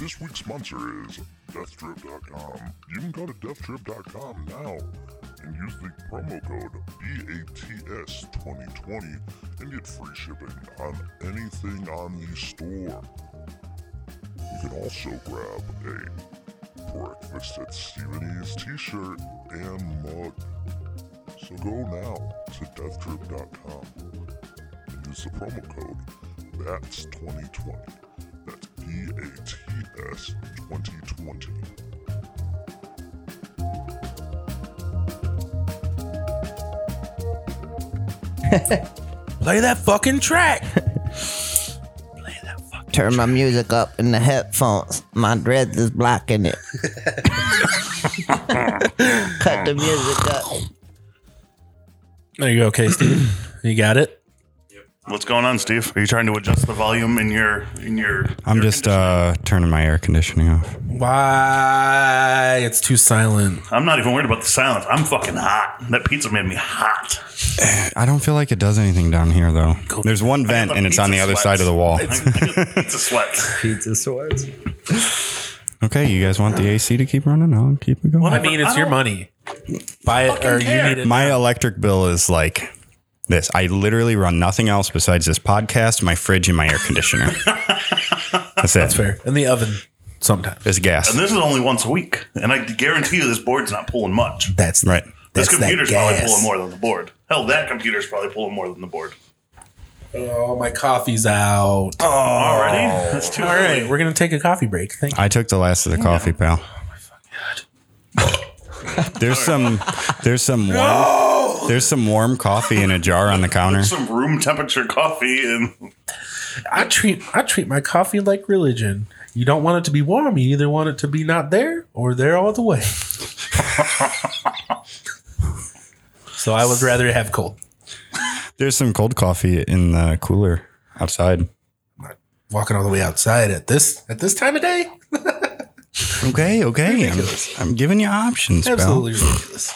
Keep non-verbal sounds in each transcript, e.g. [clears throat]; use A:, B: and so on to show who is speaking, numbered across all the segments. A: This week's sponsor is DeathTrip.com. You can go to DeathTrip.com now and use the promo code BATS2020 and get free shipping on anything on the store. You can also grab a Breakfast at Stephenie's t shirt and mug. So go now to DeathTrip.com and use the promo code BATS2020. That's B A T S 2020.
B: Play that fucking
C: [laughs]
B: track.
D: Turn my music up in the headphones. My dreads is blocking it. Cut the music up.
B: There you go, K
C: [clears throat]
B: Steve. you got it.
C: What's going on, Steve? Are you trying to adjust the volume in your in your?
E: I'm
C: your
E: just
C: condition?
E: uh, turning my air conditioning off.
B: Why? It's too silent.
C: I'm not even worried about the silence. I'm fucking hot. That pizza made me hot.
E: I don't feel like it does anything down here though. There's one vent and it's on the
C: Pizza
E: other
C: sweats.
E: side of
C: [laughs]
E: the wall.
C: I, I get pizza sweats.
F: Pizza sweats.
E: Okay, you guys want the AC to keep running? I'll keep it
C: What
E: going.
B: I mean, it's your money. Buy it or you need it.
E: My electric bill is like this. I literally run nothing else besides this podcast, my fridge, and my air
C: [laughs]
E: conditioner. That's it. That's
B: Fair. In the oven sometimes.
E: It's gas.
C: And this is only once a week, and I guarantee you this board's not pulling much.
B: That's
E: right.
B: That's
C: This
B: that
C: computer's probably
B: gas.
C: pulling more than the board. Hell, that computer's probably pulling more than the board.
B: Oh, my coffee's out.
C: Already? That's too
B: Oh. All
C: early.
B: right, we're gonna take a coffee break. Thank you.
E: I took the last of the coffee, pal.
C: Oh [laughs]
E: There's some, there's some warm, there's some warm coffee in a jar on the counter.
C: Some room temperature coffee and
B: I treat I treat my coffee like religion. You don't want it to be warm. You either want it to be not there or there all the way. so I would rather have cold.
E: There's some cold coffee in the cooler outside.
B: Walking all the way outside at this at this time of day,
E: Okay, okay. I'm, I'm giving you options,
B: absolutely ridiculous.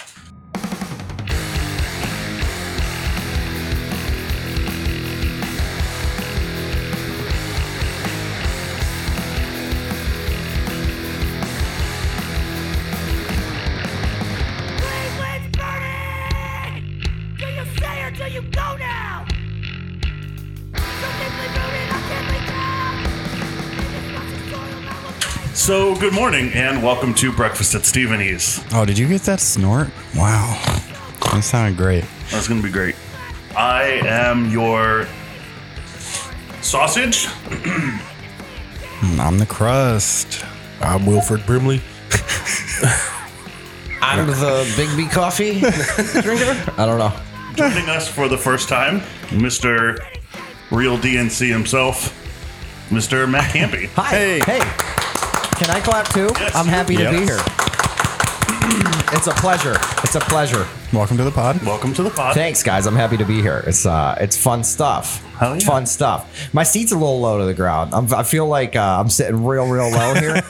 G: Cleveland's burning! Do you stay or do you go now? So deeply rooted, I can't be down. In this rusted soil, I will die.
C: so. Good morning and welcome to Breakfast at Stephenie's.
E: Bill. Oh, did you get that snort? Wow, that sounded great.
C: That's gonna be great. I am your sausage.
E: Mm, I'm the crust.
B: I'm Wilfred Brimley.
F: I'm the Big B coffee drinker. I don't know.
C: Joining us for the first time, Mr. Real DNC himself, Mr. Matt Campy.
F: Hi. Hey.
D: Can I clap too?
C: Yes,
F: I'm
C: you-
F: happy to be
E: Yes.
F: here. it's a pleasure. It's a pleasure.
E: Welcome to the pod.
C: Welcome to the pod.
F: Thanks, guys. I'm happy to be here. It's uh, it's fun stuff.
C: Hell yeah.
F: Fun stuff. My seat's a little low to the ground. I'm, I feel like uh, I'm sitting real, real low
C: [laughs]
F: here,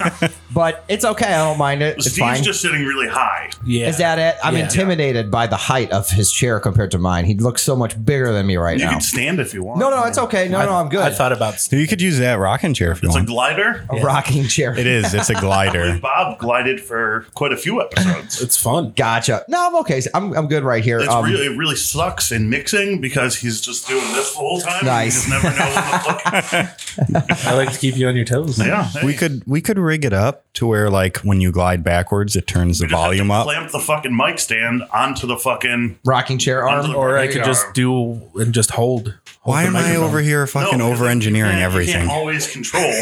F: but it's okay. I don't mind it. It's
C: Steve's
F: fine.
C: just sitting really high.
B: Yeah,
F: Is that it? I'm
B: Yeah.
F: intimidated by the height of his chair compared to mine. He looks so much bigger than me right
C: You
F: now.
C: can stand if you want.
F: No, no, it's okay. No, no, I'm good.
B: I thought about
E: You could use that rocking chair if you
C: It's a
E: want.
C: glider.
F: a rocking chair.
E: It is. It's a
C: [laughs]
E: glider.
C: Bob glided for quite a few episodes.
B: it's fun.
F: Gotcha. No, I'm okay. I'm, I'm good right here.
C: It's
F: Um,
C: really, it really sucks in mixing because he's just doing this the whole time.
F: Nice.
C: You just never know
F: [laughs]
C: what the fuck.
B: I like to keep you on your toes.
C: Yeah. hey,
E: We could we could rig it up to where like when you glide backwards, it turns the
C: you just have to
E: volume up.
C: Clamp the fucking mic stand onto the fucking.
F: rocking chair arm.
B: Or I
F: There
B: could
F: you
B: just
F: are.
B: do and just hold. hold
E: Why
B: the
E: am I
B: microphone.
E: over here
C: No,
E: fucking
C: because
E: over engineering
C: you can't- you
E: everything?
C: can't always control.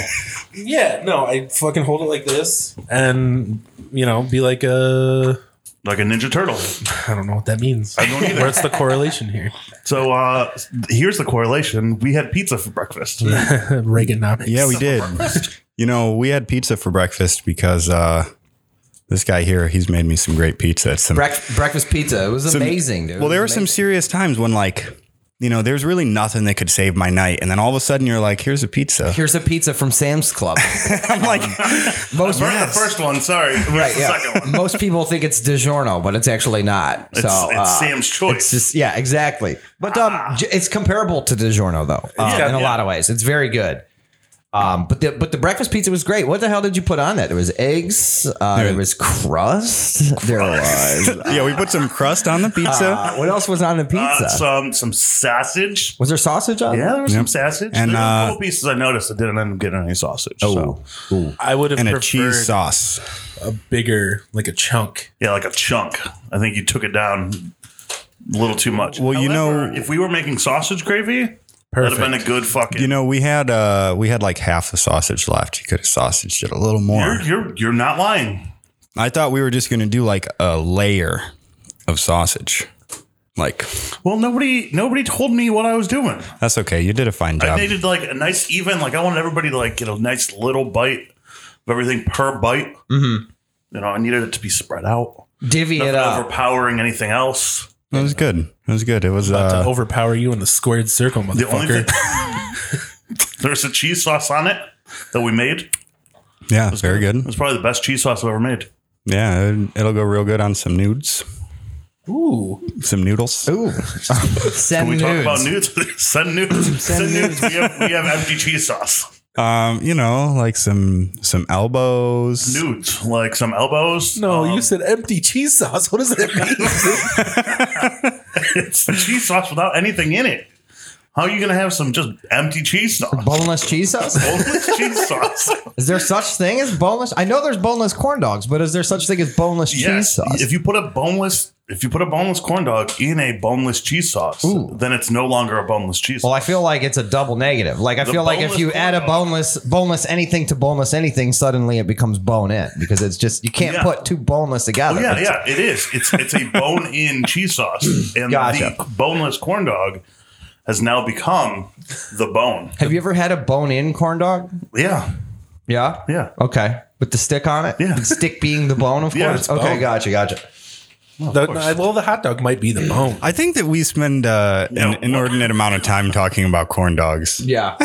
B: Yeah, no, I fucking hold it like this and you know, be like a
C: like a Ninja Turtle.
B: I don't know what that means. I don't either. [laughs] What's the correlation here?
C: So uh, here's the correlation. We had pizza for breakfast.
B: [laughs] Reaganomics.
E: Yeah, we did. [laughs] You know, we had pizza for breakfast because uh, this guy here, he's made me some great pizza. It's some,
F: Break- breakfast pizza. It was
E: some-
F: amazing, dude.
E: Well, there
F: It
E: were
F: was
E: some serious times when, like, you know, there's really nothing that could save my night, and then all of a sudden you're like, "Here's a
F: [laughs]
E: pizza."
F: Here's a pizza from Sam's Club. Um,
E: I'm like,
F: Most
C: Burn the first one. Sorry, right, the
F: yeah.
C: second one.
F: Most people think it's DiGiorno, but it's actually not.
C: It's,
F: [laughs] so
C: it's
F: uh,
C: Sam's choice.
F: it's just yeah, exactly. But um, j- it's comparable to DiGiorno though, uh,
C: Yeah,
F: in a
C: yeah.
F: lot of ways. It's very good. Um, but the but the breakfast pizza was great. What the hell did you put on that? There was eggs. Uh, there was crust. There was.
E: [laughs] yeah, we put some crust
F: [laughs]
E: on the pizza.
F: Uh, what else was on the pizza?
C: Uh, some some sausage.
F: was there sausage on?
C: Yeah, there was some
E: Yep.
C: sausage. And
E: And,
C: there were a
E: uh,
C: couple pieces I noticed that didn't end up getting any sausage.
F: Oh,
C: so.
F: ooh.
B: I would have
E: and a
B: preferred
E: cheese sauce.
B: a bigger, like a chunk.
C: yeah, like a chunk. I think you took it down a little too much.
E: Well, you
C: However,
E: know-
C: if we were making sausage gravy, that'd
B: Perfect.
C: have been a good fucking.
E: You know, we had uh we had like half the sausage left. You could have sausaged it a little more.
C: you're you're, you're not lying.
E: I thought we were just gonna do like a layer of sausage. Like
C: Well, nobody nobody told me what I was doing.
E: that's okay. You did a fine
C: I
E: job.
C: needed like a nice even. Like I wanted everybody to like get a nice little bite of everything per bite. Mm-hmm. You know, I needed it to be spread out.
F: Divvy it
C: Nothing
F: up.
C: overpowering anything else.
E: It was good. It was good. It was
B: to
E: uh,
B: overpower you in the squared circle,
C: The only thing
B: motherfucker.
C: [laughs] there's a cheese sauce on it that we made. It
E: yeah, very good.
C: was probably the best cheese sauce I've ever made.
E: Yeah, it- it'll go real good on some nudes,
B: Ooh,
E: some noodles.
F: Ooh. Send
C: Can we
F: nudes.
C: talk about nudes? [laughs] Send nudes. Send, nudes. we, have, we have empty cheese sauce.
E: Um, you know, like some some elbows.
C: Nudes, like some elbows.
B: no, you said empty cheese sauce. [laughs] What does that mean?
C: [laughs] It's cheese sauce without anything in it. How are you going to have some just empty cheese sauce? [laughs]
F: Boneless cheese sauce?
C: Boneless cheese sauce.
F: Is there such thing as boneless? I know there's boneless corn dogs, but is there such thing as boneless cheese
C: Yes.
F: sauce?
C: If you put a boneless, if you put a boneless corn dog in a boneless cheese sauce,
F: Ooh.
C: then it's no longer a boneless cheese.
F: well,
C: sauce.
F: I feel like it's a double negative. Like I
C: The
F: feel like if
C: boneless
F: you
C: corn
F: add a
C: dog.
F: boneless boneless anything to boneless anything, suddenly it becomes bone in because it's just you can't
C: Yeah.
F: put two boneless together.
C: Well, yeah,
F: It's-
C: yeah, it is. It's it's
F: [laughs]
C: a bone in cheese sauce, and
F: Gotcha.
C: the boneless corn dog has now become the bone.
F: Have you ever had a bone in corn dog?
C: Yeah,
F: Yeah.
C: yeah.
F: Okay. With the stick on it?
C: Yeah.
F: The stick being the bone, of
C: Yeah,
F: course.
C: it's
F: Okay,
C: bone.
F: gotcha, gotcha.
B: The- well, the hot dog might be
E: [laughs]
B: the bone.
E: I think that we spend uh,
C: No.
E: an inordinate amount of time talking about corn dogs.
F: Yeah.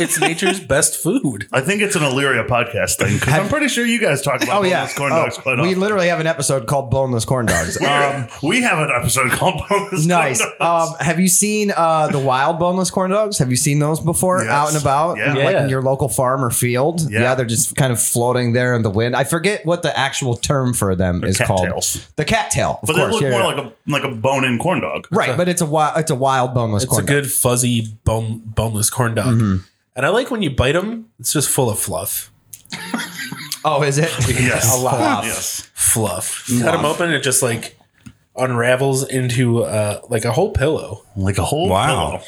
B: It's nature's best food.
C: I think it's an Illyria podcast thing because I'm pretty sure you guys talk about
F: Oh yeah.
C: boneless corn
F: Oh,
C: dogs quite
F: we
C: often.
F: literally have an episode called Boneless Corn Dogs. um,
C: [laughs]
F: [laughs]
C: we have an episode called [laughs] boneless.
F: Nice.
C: Corn dogs.
F: Um, have you seen uh, the wild boneless corn dogs? Have you seen those before
C: Yes.
F: out and about,
C: Yeah.
F: like
B: Yeah.
F: in your local farm or field?
C: Yeah.
F: Yeah. they're just kind of floating there in the wind. I forget what the actual term for them is
C: cattails.
F: called. The cattail, of
C: but
F: course.
C: they
F: yeah,
C: look more
F: yeah.
C: like a like a bone in corn dog.
F: right, but it's a wild, it's a wild boneless
B: It's
F: corn
B: a good fuzzy bone, boneless corn dog.
E: Mm-hmm.
B: And I like when you bite them; it's just full of fluff,
F: dog. Oh,
B: [laughs]
F: is it?
C: Yes.
F: a lot.
C: Yes.
B: fluff. Cut them open, it just like unravels into uh, like a whole pillow.
C: Like a whole
E: Wow.
C: pillow.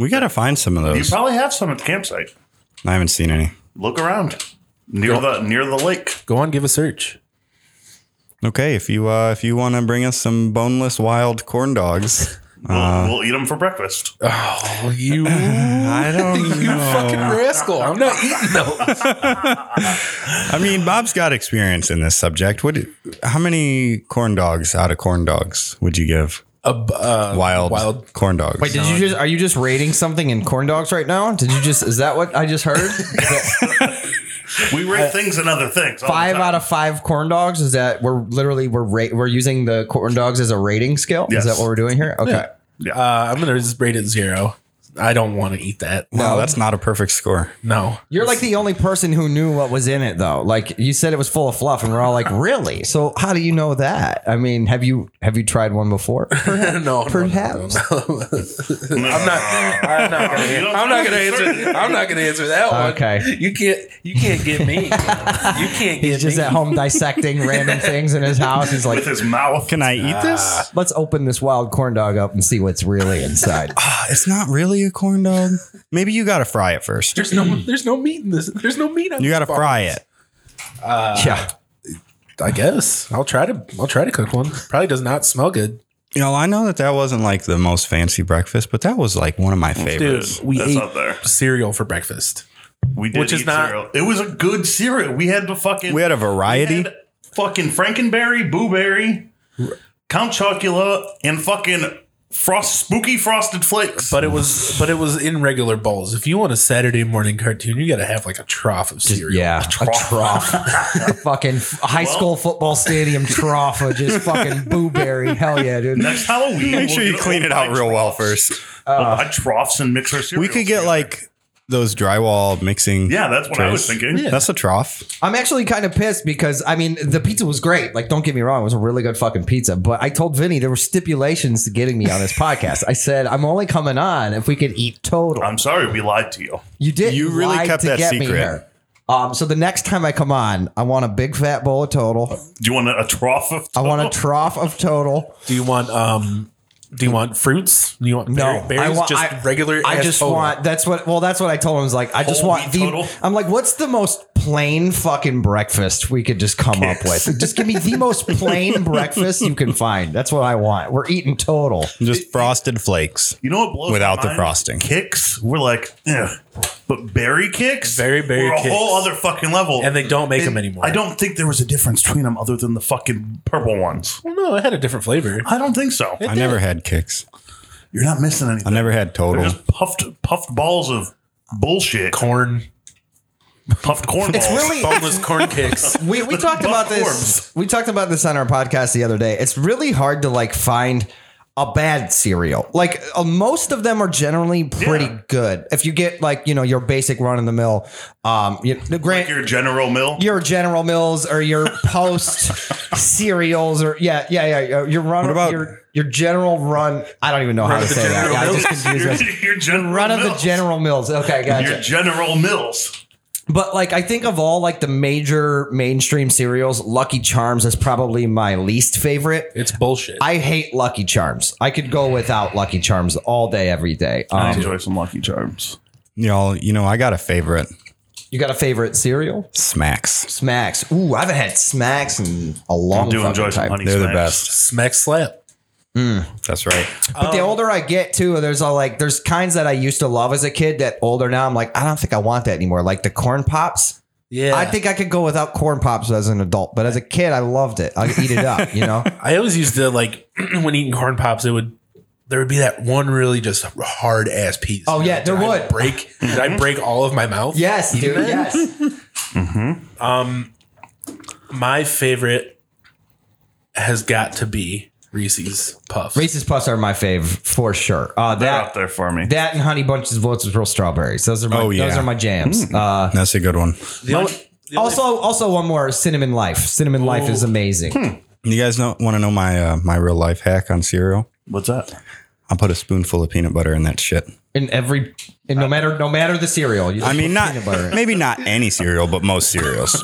E: We got to find some of
C: You
E: those.
C: probably have some at the campsite.
E: I haven't seen any.
C: Look around near the near the lake.
B: Go on, give a
E: [laughs]
B: search.
E: Okay, if you uh, if you want to bring us some boneless wild corn dogs,
C: We'll, we'll eat them for breakfast.
B: Oh, you, you
E: I
C: [laughs]
E: don't
B: fucking rascal! I'm not eating those.
E: I mean, Bob's got experience in this subject. What? How many corn dogs out of corn dogs would you give
B: A b- uh,
E: wild
B: wild.
E: corn dogs?
F: Wait, did you just are you just rating something in corn dogs right now? Did you just is that what I
C: [laughs]
F: just heard? Is that
C: We rate things and other things. all the
F: five
C: time.
F: out of five corn dogs? Is that we're literally we're ra- we're using the corn dogs as a rating scale?
C: Yes.
F: Is that what we're doing here? Okay.
B: Uh, I'm gonna just rate it zero. I don't want to eat that.
E: Wow, that's not a perfect score.
B: No,
F: You're like the only person who knew what was in it, though. Like you said, it was full of fluff, and we're all like, [laughs] "Really?" So how do you know that? I mean, have you have you tried one before?
B: no, no,
F: Perhaps.
B: I'm not. I'm not gonna. Answer,
C: You don't
B: I'm not
C: think
B: gonna
C: it's [laughs]
B: answer. I'm not gonna answer that one.
F: Okay.
B: You can't. You can't get me. You can't get
F: He's just
B: me.
F: at home dissecting random things in his house. He's
C: with [laughs]
F: like,
C: his mouth.
E: Can I eat this?
F: "Let's open this wild corn dog up and see what's really inside."
E: Ah, it's not really a corn dog. Maybe you got to fry it first.
B: There's no. There's no meat in this. There's no meat. On
E: You got to
B: this bar.
E: fry it.
F: yeah,
B: I guess. I'll try to. I'll try to cook one. Probably does not smell good.
E: You know, I know that that wasn't like the most fancy breakfast, but that was like one of my
B: Dude,
E: favorites.
B: we
C: That's
B: ate
C: up there.
B: cereal for breakfast.
C: We did
B: Which is
C: eat
B: not-
C: cereal. It was a good cereal. We had the fucking.
E: We had a
C: we
E: variety.
C: had fucking Frankenberry, Booberry, Count Chocula, and fucking frost, spooky frosted flakes.
B: But it was. But it was in regular bowls. If you want a Saturday morning cartoon, you got to have like a trough of cereal.
F: yeah, a trough, a fucking f- high school football stadium trough of just fucking blueberry. Hell yeah, dude.
C: Next Halloween,
E: Make sure you clean it out real well first.
C: Uh, troughs and mix our cereal.
E: We could get like those drywall mixing.
C: Yeah, that's what I was
E: trays?
C: thinking.
E: That's a trough.
F: I'm actually kind of pissed because I mean the pizza was great. Like, don't get me wrong, it was a really good fucking pizza. But I told Vinny there were stipulations to getting me on this podcast. I said I'm only coming on if we could eat total.
C: I'm sorry we lied to Um, you.
F: you did.
E: You really
F: lie
E: kept
F: to
E: that
F: get Me
E: secret.
F: here. Um, so the next time I come on, I want a big fat bowl of total.
C: Do you want a, a trough of
F: I want
C: [laughs]
F: a
C: total?
F: trough of total.
B: Do you want um? Do you want fruits? Do you want
F: No,
B: berry- berries?
F: wa-
B: just regular.
F: I
B: ass
F: just
B: total.
F: want that's what. Well, that's what I told him. I was like, I just
C: Whole
F: want
C: wheat
F: the.
C: total?
F: I'm like, what's the most plain fucking breakfast we could just come up
B: [laughs]
F: with? Just give me the most plain breakfast you can find. That's what I want. We're eating total.
E: Just frosted flakes.
C: You know what blows
E: Without
C: my
E: the
C: mind?
E: frosting.
C: Kicks, we're like, eh. But berry kicks,
B: Berry- berry
C: were a
B: kicks.
C: whole other fucking level.
B: and they don't make them anymore.
C: I don't think there was a difference between them other than the fucking purple ones.
B: Well, no, it had a different flavor.
C: I don't think so.
E: I never had kicks.
C: You're not missing
E: I
C: anything.
E: never had
C: They're
E: total.
C: just puffed puffed balls of bullshit.
B: Corn,
C: Puffed corn balls.
F: It's really
B: boneless corn cakes. [laughs]
F: we, we talked about this. We talked about this on our podcast the other day. It's really hard to like find a bad cereal. Like uh, most of them are generally pretty
C: Yeah.
F: good. If you get like you know your basic run of the mill, um, you, the grant
C: your General Mill.
F: your General Mills or your Post cereals or yeah yeah yeah, yeah your run
E: What about-
F: your your General Run. I don't even know how
B: Run
F: to
B: of the
F: say that.
B: General
F: Yeah, I just
B: Mills.
F: confused
B: [laughs]
C: your, [laughs]
F: us.
C: your General
F: Run of
C: Mills.
F: the General Mills. Okay, gotcha.
C: Your General Mills.
F: But like I think of all like the major mainstream cereals, Lucky Charms is probably my least favorite.
B: It's bullshit.
F: I hate Lucky Charms. I could go without Lucky Charms all day every day. Um,
C: enjoy some Lucky Charms.
E: Y'all, you know, I got a favorite.
F: you got a favorite cereal?
E: Smacks.
F: Smacks. Ooh, I haven't had Smacks in a
C: I
F: long
C: do
F: fucking
C: enjoy some
F: time.
C: honey.
E: They're the
C: smacks.
E: best.
B: Smack slap.
E: That's right.
F: But the older I get too, there's all like there's kinds that I used to love as a kid that older now I'm like I don't think I want that anymore. Like the corn pops.
B: Yeah,
F: I think I could go without corn pops as an adult, but as a kid I loved it. I could eat it up, you know.
B: I always used to like [clears throat] when eating corn pops. It would there would be that one really just hard ass piece.
F: Oh, yeah, there
B: Did I
F: would.
B: break. Did I break all of my mouth?
F: Yes,
B: eating
F: dude.
B: that?
F: Yes.
B: My favorite has got to be Reese's Puffs.
F: Reese's Puffs are my fave for sure. Uh,
C: They're
F: that
C: out there for me.
F: that and Honey Bunches of Blitzville strawberries. Those are my
E: Oh, yeah.
F: those are my jams. Uh,
E: That's a good one.
B: The only- the only-
F: also, also one more cinnamon life. Cinnamon life is amazing.
E: You guys know, want to know my uh, my real life hack on cereal?
C: What's that?
E: I put a spoonful of peanut butter in that shit.
F: In every, in no matter no matter the cereal. You
E: I mean, not
F: peanut butter.
E: [laughs] maybe not any cereal, but most cereals.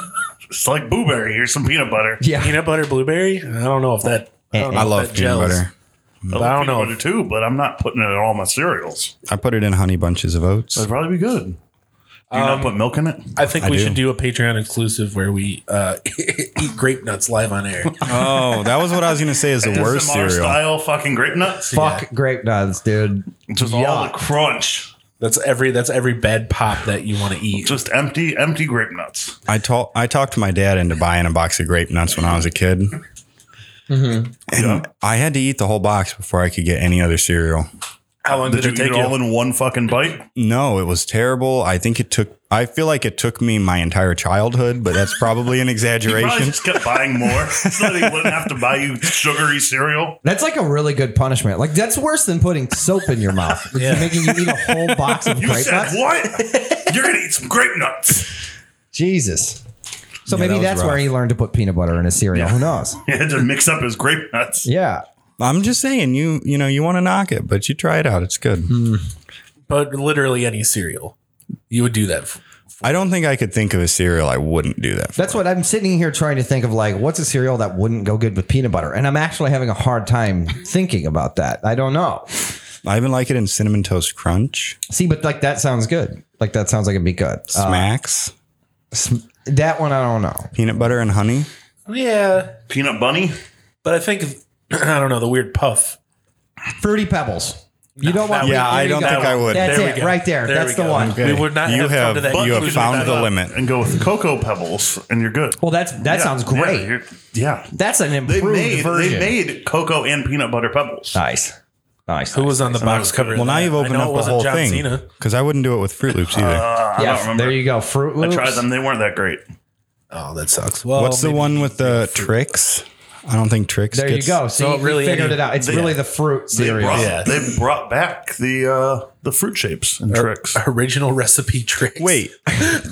C: It's like blueberry. Here's some peanut butter.
F: yeah.
B: peanut butter blueberry. I don't know if that.
F: Eh,
B: I, don't know
E: I
B: if
E: love
B: that
E: peanut
B: gels.
C: I,
E: butter.
B: I don't
C: don't know
B: know.
C: butter too, but I'm not putting it in all my cereals.
E: I put it in honey bunches of oats.
C: That'd probably be good. Do you
F: Um,
C: not put milk in it?
B: I think
E: I
B: we
E: do.
B: should do a Patreon exclusive where we uh, [laughs] eat grape nuts live on
E: [laughs]
B: air.
E: Oh, that was what I was gonna say is the worst
C: SMR
E: cereal.
C: style fucking grape nuts.
F: Fuck grape nuts, dude.
C: Just all the crunch.
B: That's every that's every bad pop that you want to eat.
C: Just empty, empty grape nuts.
E: I talk, I talked my dad into buying a box of grape nuts when I was a kid.
B: Mm-hmm.
E: And I had to eat the whole box before I could get any other cereal.
B: How long
C: Did you eat it all in one fucking bite?
E: No, it was terrible. I think it took. I feel like it took me my entire childhood, but that's
B: [laughs]
E: probably an
C: Probably
E: exaggeration.
C: just kept buying
F: [laughs]
C: more so that he wouldn't have to buy you sugary cereal.
F: That's like a really good punishment. Like that's worse than putting soap in your mouth. It's
B: Yeah.
F: making you eat a whole box
C: [laughs]
F: of
C: You
F: grape
C: said
F: nuts.
C: what? You're gonna eat some grape nuts. [laughs]
F: Jesus. So maybe
E: that was
F: that's where
E: rough.
F: he learned to put peanut butter in his cereal. Who knows?
C: He had to mix up his grape nuts.
F: Yeah.
E: I'm just saying, you you know, you want to knock it, but you try it out. It's good.
B: Mm-hmm. But literally any cereal, you would do that. f-
E: I don't think I could think of a cereal I wouldn't do that. For.
F: That's what I'm sitting here trying to think of. Like, what's a cereal that wouldn't go good with peanut butter? And I'm actually having a hard time thinking about that. I don't know.
E: I even like it in cinnamon toast crunch,
F: See, but like that sounds good. Like that sounds like it'd be good. Uh,
E: smacks,
F: that one I don't know.
E: peanut butter and honey.
B: Yeah,
C: Peanut bunny.
B: but I think [clears throat] of- I don't know the weird puff.
F: Fruity Pebbles. You don't want.
B: that
E: Yeah,
F: there
E: I
F: you
E: don't
F: go.
E: think I would.
F: That's
B: There we
F: it,
B: go.
F: right there.
B: There
F: That's
B: we
F: the
B: go.
F: one.
E: Okay.
B: We would not
E: You
B: have, come to
E: have-
B: that.
E: you have
B: conclusion
E: found
B: without
E: the
B: that.
E: limit.
C: and go with cocoa pebbles, and you're good.
F: Well, that's that sounds great.
C: Yeah, you're- yeah.
F: that's an
C: they
F: improved
C: made
F: version.
C: they made cocoa and peanut butter pebbles.
F: nice, nice.
B: Who was on the box
C: was
B: cover? of
E: Well, now
B: that?
E: you've
B: I
E: opened
B: know
E: up
B: it
E: the
B: wasn't
E: whole
B: John
E: thing
B: Cena.
E: because I wouldn't do it with
B: [laughs]
E: Fruit Loops either.
C: I don't
F: yeah,
C: remember.
F: there you go. Fruit
C: I
F: Loops.
C: tried them; they weren't that great.
B: Oh, that sucks. Well,
E: What's the
B: maybe-
E: one with the tricks? I don't think tricks.
F: There
E: gets,
F: you go.
B: So
F: So it
B: really
F: figured
B: any-
F: it out. It's
C: they-
F: really the fruit
C: They [laughs]
F: series.
C: brought,
B: Yeah.
C: they brought back the uh, the fruit shapes
E: Er,
C: and tricks.
B: Original recipe tricks.
E: [laughs] Wait,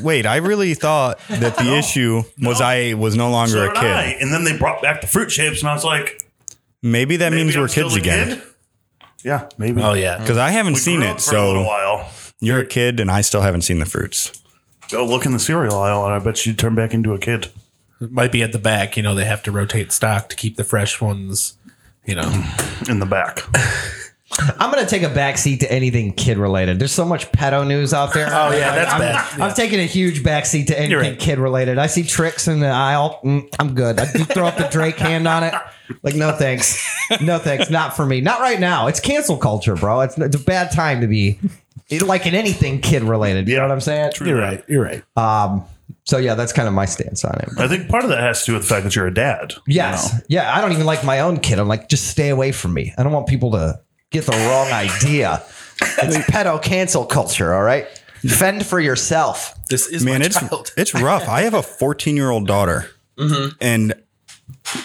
E: wait. I really thought that the issue was I was no longer
C: So
E: a
C: did
E: kid.
C: I. And then they brought back the fruit shapes, and I was like,
E: Maybe that
C: maybe
E: means
C: I'm
E: we're
C: still
E: kids
C: a
E: again.
C: kid? Yeah, maybe.
B: Oh yeah.
E: Because I haven't
C: We
E: seen
C: grew up
E: it.
C: for a little
E: So
C: while.
E: you're a kid, and I still haven't seen the fruits.
C: Go look in the cereal aisle, and I bet you turn back into a kid.
B: It might be at the back. You know, they have to rotate stock to keep the fresh ones. You know,
C: in the back.
F: I'm gonna take a backseat to anything kid related. There's so much pedo news out there.
B: Oh, yeah, that's
F: I'm,
B: bad.
F: I'm taking a huge backseat to anything
B: right.
F: kid related. I see tricks in the aisle. Mm, I'm good. I do throw up the Drake hand on it. Like no thanks, no thanks, not for me. Not right now. It's cancel culture, bro. It's, it's a bad time to be like in anything kid related. You know what I'm saying?
B: you're right. Uh, You're right.
F: So yeah, that's kind of my stance on it.
C: I think part of that has to do with the fact that you're a dad. you
F: Yes.
C: know?
F: Yeah. I don't even like my own kid. I'm like, just stay away from me. I don't want people to get the wrong
C: [laughs]
F: idea. It's pedo cancel culture, all right? Fend for yourself.
B: this is
E: Man,
B: my [laughs]
E: it's
B: child.
E: it's rough. I have a 14 year old daughter, and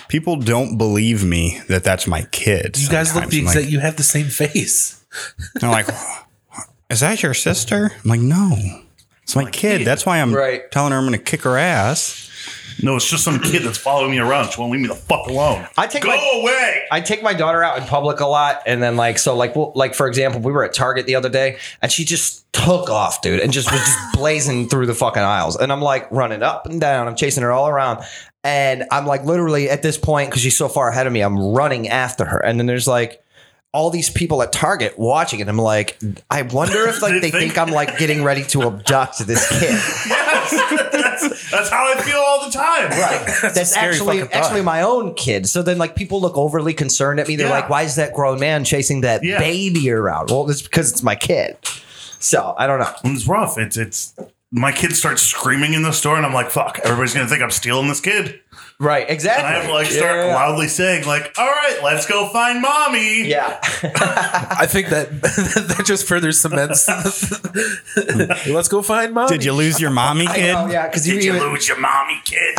E: people don't believe me that that's my kid.
B: You guys look
E: sometimes.
B: the
E: I'm like-
B: exact. You have the same face. [laughs]
E: They're like, "Is that your sister?" I'm like, "No, it's my kid. That's why I'm
F: Right.
E: telling her I'm going to kick her ass."
C: No, it's just some kid that's following me around. She won't leave me the fuck alone.
F: I take
C: Go
F: my-
C: away.
F: I take my daughter out in public a lot, and then like so, like well, like for example, we were at Target the other day, and she just took off, dude, and just was just blazing through the fucking aisles, and I'm like running up and down, I'm chasing her all around, and I'm like literally at this point because she's so far ahead of me, I'm running after her, and then there's like. All these people at Target watching it. I'm like, I wonder if like
C: They
F: they think,
C: think-
F: I'm like getting ready to abduct this kid. [laughs]
C: that's, that's how I feel all the time.
F: Right. [laughs] That's
B: scary
F: actually
B: fucking thought.
F: actually my own kid. So then like people look overly concerned at me. They're
C: Yeah.
F: like, why is that grown man chasing that
C: Yeah.
F: baby around? Well, it's because it's my kid. So I don't know.
C: It's rough. It's it's my kid starts screaming in the store, and I'm like, fuck, everybody's gonna think I'm stealing this kid.
F: Right, exactly.
C: And I have to like start
F: yeah.
C: loudly saying, like, all right, let's go find mommy.
F: Yeah.
B: I think that [laughs] that just further cements. [laughs] Let's go find mom.
E: Did you lose your
F: [laughs]
E: mommy, kid?
F: Oh yeah, because you,
C: Did you
F: even-
C: lose your mommy, kid?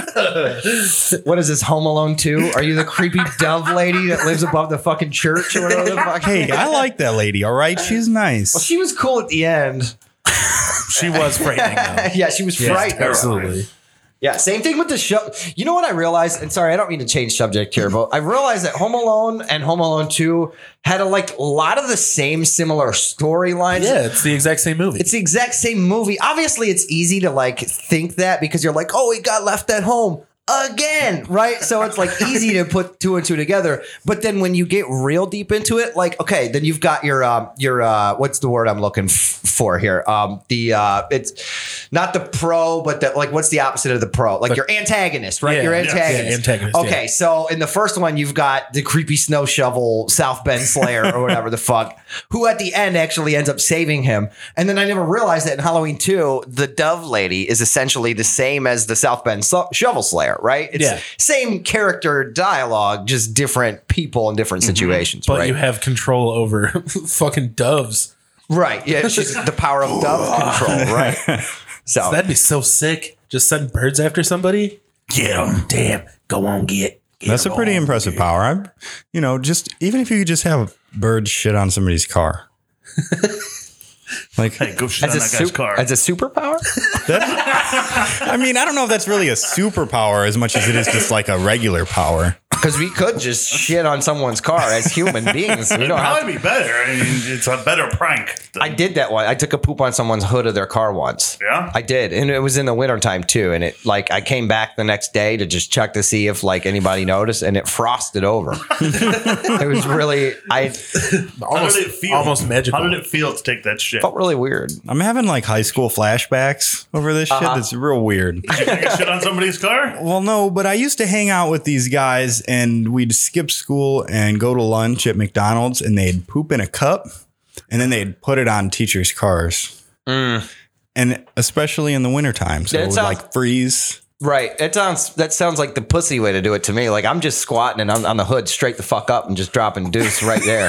F: what is this Home Alone two? Are you
C: [laughs]
F: the creepy dove lady that lives above the fucking church or whatever the fuck?
E: Hey, I like that lady. All right, she's nice.
F: she was cool at the end.
B: [laughs]
F: [laughs]
B: She was frightening. Though.
F: yeah, she was frightened.
B: Absolutely.
F: Yeah, same thing with the show. You know what I realized? And sorry, I don't mean to change subject here, but I realized that Home Alone and Home Alone 2 had a, like a lot of the same similar storylines.
B: Yeah, it's the exact same movie.
F: It's the exact same movie. Obviously, it's easy to like think that because you're like, oh, he got left at home again, right? So it's like easy to put two and two together. But then when you get real deep into it, like, okay, then you've got your um, your uh, what's the word I'm looking f- for here? Um, the uh, it's not the pro, but the like, what's the opposite of the pro? Like your antagonist, right?
B: Yeah,
F: your
B: yeah,
F: antagonist.
B: yeah, antagonist, yeah.
F: Okay, so in the first one, you've got the creepy snow shovel South Bend Slayer or whatever the fuck, who at the end actually ends up saving him. And then I never realized that in Halloween 2, the Dove Lady is essentially the same as the South Bend Sl- Shovel Slayer, right? It's
B: Yeah.
F: same character dialogue, just different people in different situations,
B: but
F: right?
B: you have control over [laughs] fucking doves.
F: right. Yeah, she's the power of dove control, right? So
B: That'd be so sick. Just send birds after somebody.
C: Get him.
B: Damn. Go on, get. get
E: That's a
B: 'em
E: pretty
B: all.
E: impressive power. I'm, you know, just even if you could just have birds shit on somebody's car, like
C: Hey, go shit on that guy's
F: sup-
C: car.
F: as a superpower?
E: I mean, I don't know if that's really a superpower as much as it is just like a regular power.
F: Because we could just shit on someone's car as human beings. We don't have to
C: Probably be better. I mean, it's a better prank.
F: I did that one. I took a poop on someone's hood of their car once.
C: Yeah?
F: I did. And it was in the wintertime too. And it like I came back the next day to just check to see if like anybody noticed and it frosted over. it was really I
B: Almost,
C: How did it feel?
B: almost magical.
C: How did it feel to take that shit?
F: felt really weird.
E: I'm having like high school flashbacks over this
F: Uh-huh.
E: shit. That's real weird.
C: Did you take a shit on somebody's car?
E: Well, no, but I used to hang out with these guys and we'd skip school and go to lunch at McDonald's and they'd poop in a cup and then they'd put it on teachers' cars.
B: Mm.
E: And especially in the wintertime. So
F: That
E: it would
F: sounds-
E: like freeze.
F: Right. That sounds that sounds like the pussy way to do it to me. Like I'm just squatting and I'm on the hood straight the fuck up and just dropping deuce right there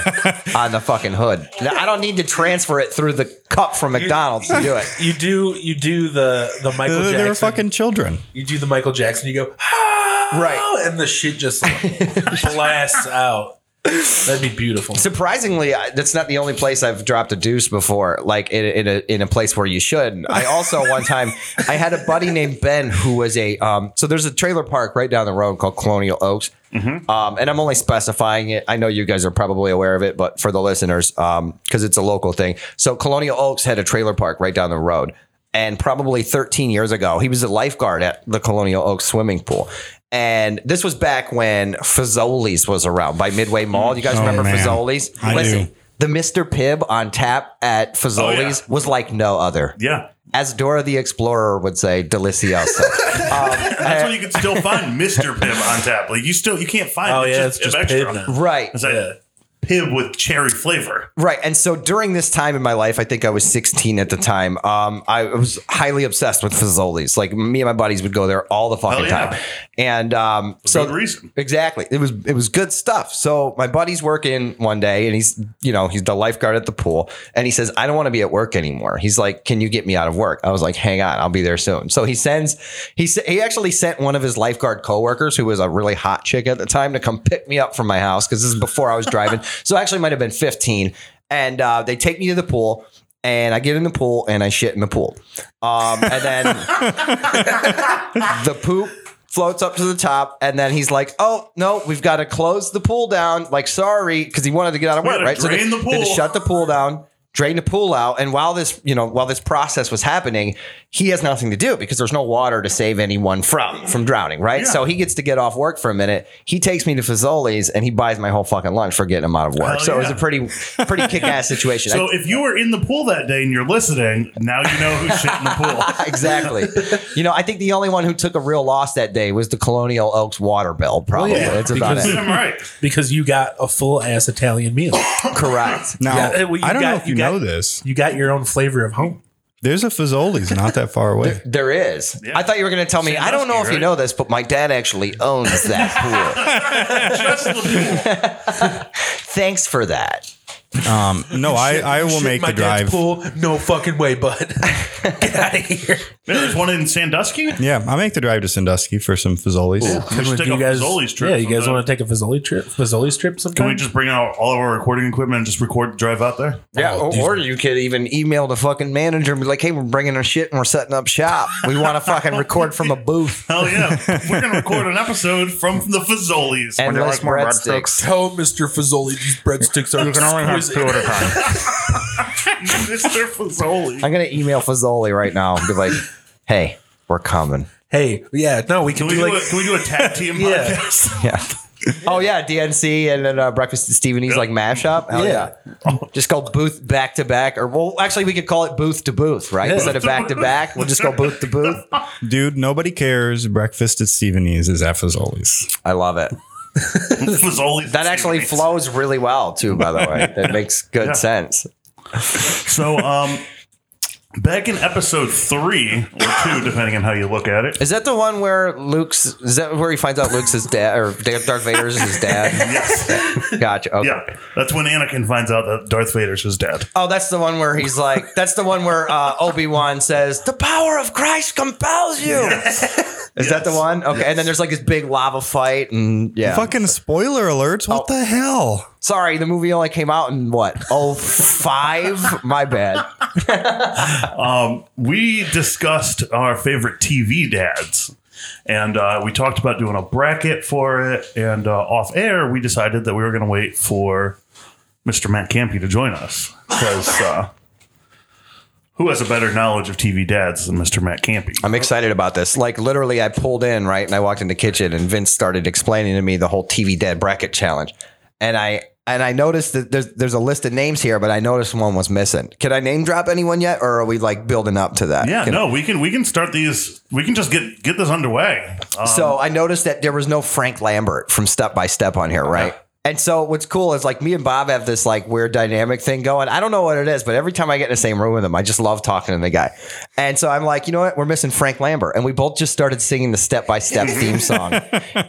F: on the fucking hood. Now, I don't need to transfer it through the cup from McDonald's to do it.
B: you do you do the the Michael [laughs]
E: They, they
B: Jackson.
E: were fucking children.
B: you do the Michael Jackson. You go. "Ah,"
F: Right.
B: and the shit just [laughs] like blasts out. That'd be beautiful.
F: Surprisingly, I, that's not the only place I've dropped a deuce before. Like in, in a in a place where you should. I also one time I had a buddy named Ben who was a um. So there's a trailer park right down the road called Colonial Oaks. Um, and I'm only specifying it. I know you guys are probably aware of it, but for the listeners, um, because it's a local thing. So Colonial Oaks had a trailer park right down the road, and probably 13 years ago, he was a lifeguard at the Colonial Oaks swimming pool. And this was back when Fazoli's was around by Midway Mall. You guys remember
E: Oh, man.
F: Fazoli's?
E: I do.
F: The Mr. Pibb on tap at Fazoli's
C: Oh,
F: was like no other.
C: Yeah.
F: As Dora the Explorer would
E: [laughs]
F: say, Um, delicioso.
C: That's where you can still find Mr. Pibb on tap. Like you still you can't find
B: Oh,
C: it.
B: yeah, it's just Pibb now.
F: right.
C: It's like Pibb with cherry flavor.
F: Right. And so during this time in my life, I think I was 16 at the time. Um, I was highly obsessed with Fazoli's. Like me and my buddies would go there all the fucking
C: Hell yeah.
F: time. And um, so
C: good reason.
F: Exactly. It was it was good stuff. So my buddy's working one day and he's you know, he's the lifeguard at the pool and he says, I don't want to be at work anymore. He's like, Can you get me out of work? I was like, hang on, I'll be there soon. So he sends he sa- he actually sent one of his lifeguard coworkers who was a really hot chick at the time to come pick me up from my house because this is before I was driving. [laughs] so I actually might have been 15. And uh, they take me to the pool. And I get in the pool and I shit in the pool. Um, and then the poop floats up to the top and then he's like oh no we've got to close the pool down like sorry because he wanted to get out of
C: We
F: work
C: gotta
F: right they-
C: drain the
F: they had to
C: pool.
F: shut the pool down drain the pool out and while this you know while this process was happening he has nothing to do because there's no water to save anyone from from drowning right
C: Yeah.
F: so he gets to get off work for a minute he takes me to Fazoli's and he buys my whole fucking lunch for getting him out of work
C: Hell
F: so it was a
C: yeah.
F: pretty
C: [laughs]
F: pretty kick-ass situation I-
C: So if you were in the pool that day and you're listening, now you know who's shit in the
F: [laughs]
C: pool.
F: exactly. you know, I think the only one who took a real loss that day was the Colonial Oaks water bill. Probably
B: yeah,
C: [laughs]
F: it's about
B: because-
F: [laughs] it.
C: I'm right.
B: Because you got a full ass Italian
E: [coughs]
B: meal.
F: Correct.
E: Now,
B: Yeah, well, you
E: I don't
B: got-
E: know if you,
B: you got-
E: know this.
B: You got your own flavor of home.
E: There's a Fazoli's not that far away.
B: [laughs]
F: There is.
C: Yeah.
F: I thought you were going to tell me. I don't know if you
C: right?
F: know this, but my dad actually owns [laughs] that pool.
C: Just the pool.
F: Thanks for that.
E: Um, no,
B: [laughs]
E: I, I will
B: Shit
E: make
B: my
E: the drive.
B: dad's Pool, no fucking way,
E: [laughs]
B: bud. Get out of here.
C: Yeah, there's one in Sandusky.
E: Yeah, I'll make the drive to Sandusky for some Fazoli's.
C: We should
B: Do
C: take a Fazoli's trip.
B: yeah, you guys
C: sometime.
B: want to take a Fazoli trip? Fazoli's trip sometime?
C: Can we just bring out all of our recording equipment and just record the drive out there?
F: Yeah, or, or you could even email the fucking manager and be like, "Hey, we're bringing our shit and we're setting up shop. We want to [laughs] fucking record from a booth
C: [laughs] Hell yeah. We're going to record an episode from the Fazoli's.
F: and
C: We're
F: less
C: gonna record
F: breadsticks."
B: Tell Mr. Fazoli these breadsticks are exquisite.
E: at a time.
C: [laughs] Mr. Fazoli.
F: I'm gonna email Fazoli right now and be [laughs] like, "Hey, we're coming."
B: [laughs] Hey, yeah, no, we
C: Can
B: can,
C: we,
B: do
C: do
B: like
C: a, can we do a
B: [laughs]
C: tag team
B: Yeah.
C: podcast? [laughs]
F: Yeah. Oh yeah, DNC and then uh, Breakfast at Stephenie's like mashup. Hell yeah.
B: Yeah.
F: Just go booth back to back, or well, actually we could call it booth to booth, right? Instead of back to back, we'll just go booth to booth.
E: Dude, nobody cares. Breakfast at Stephenie's is at Fazoli's.
F: I love it.
C: Fazoli's.
F: That actually flows really well too. By the way, that makes good sense.
C: So, um, back in episode three or two, depending on how you look at it.
F: Is that the one where Luke's? Is that where he finds out Luke's his dad or Darth Vader's his dad?
C: [laughs] Yes.
F: Gotcha. Okay.
C: Yeah. That's when Anakin finds out that Darth Vader's his dad.
F: Oh, that's the one where he's like, that's the one where uh, Obi Wan says, "The power of Christ compels you." [laughs] Is that the one? Okay, and then there's like this big lava fight, and yeah. Oh.
E: Fucking spoiler alerts. What the hell?
F: Sorry, the movie only came out in what? Oh, five. My bad.
C: we discussed our favorite TV dads, and uh, we talked about doing a bracket for it. And uh, off air, we decided that we were going to wait for Mr. Matt Campy to join us because uh, who has a better knowledge of TV dads than Mr. Matt Campy?
F: I'm excited about this. Like literally, I pulled in right, and I walked in the kitchen, and Vince started explaining to me the whole TV Dead bracket challenge, and I and I noticed that there's there's a list of names here, but I noticed one was missing. Can I name drop anyone yet, or are we like building up to that?
C: yeah,
F: Can-
C: no, we can we can start these. We can just get get this underway. Uh,
F: So I noticed that there was no Frank Lambert from Step by Step on here, right? And so what's cool is like me and Bob have this like weird dynamic thing going. I don't know what it is, but every time I get in the same room with him, I just love talking to the guy. And so I'm like, you know what? We're missing Frank Lambert. And we both just started singing the step by step theme song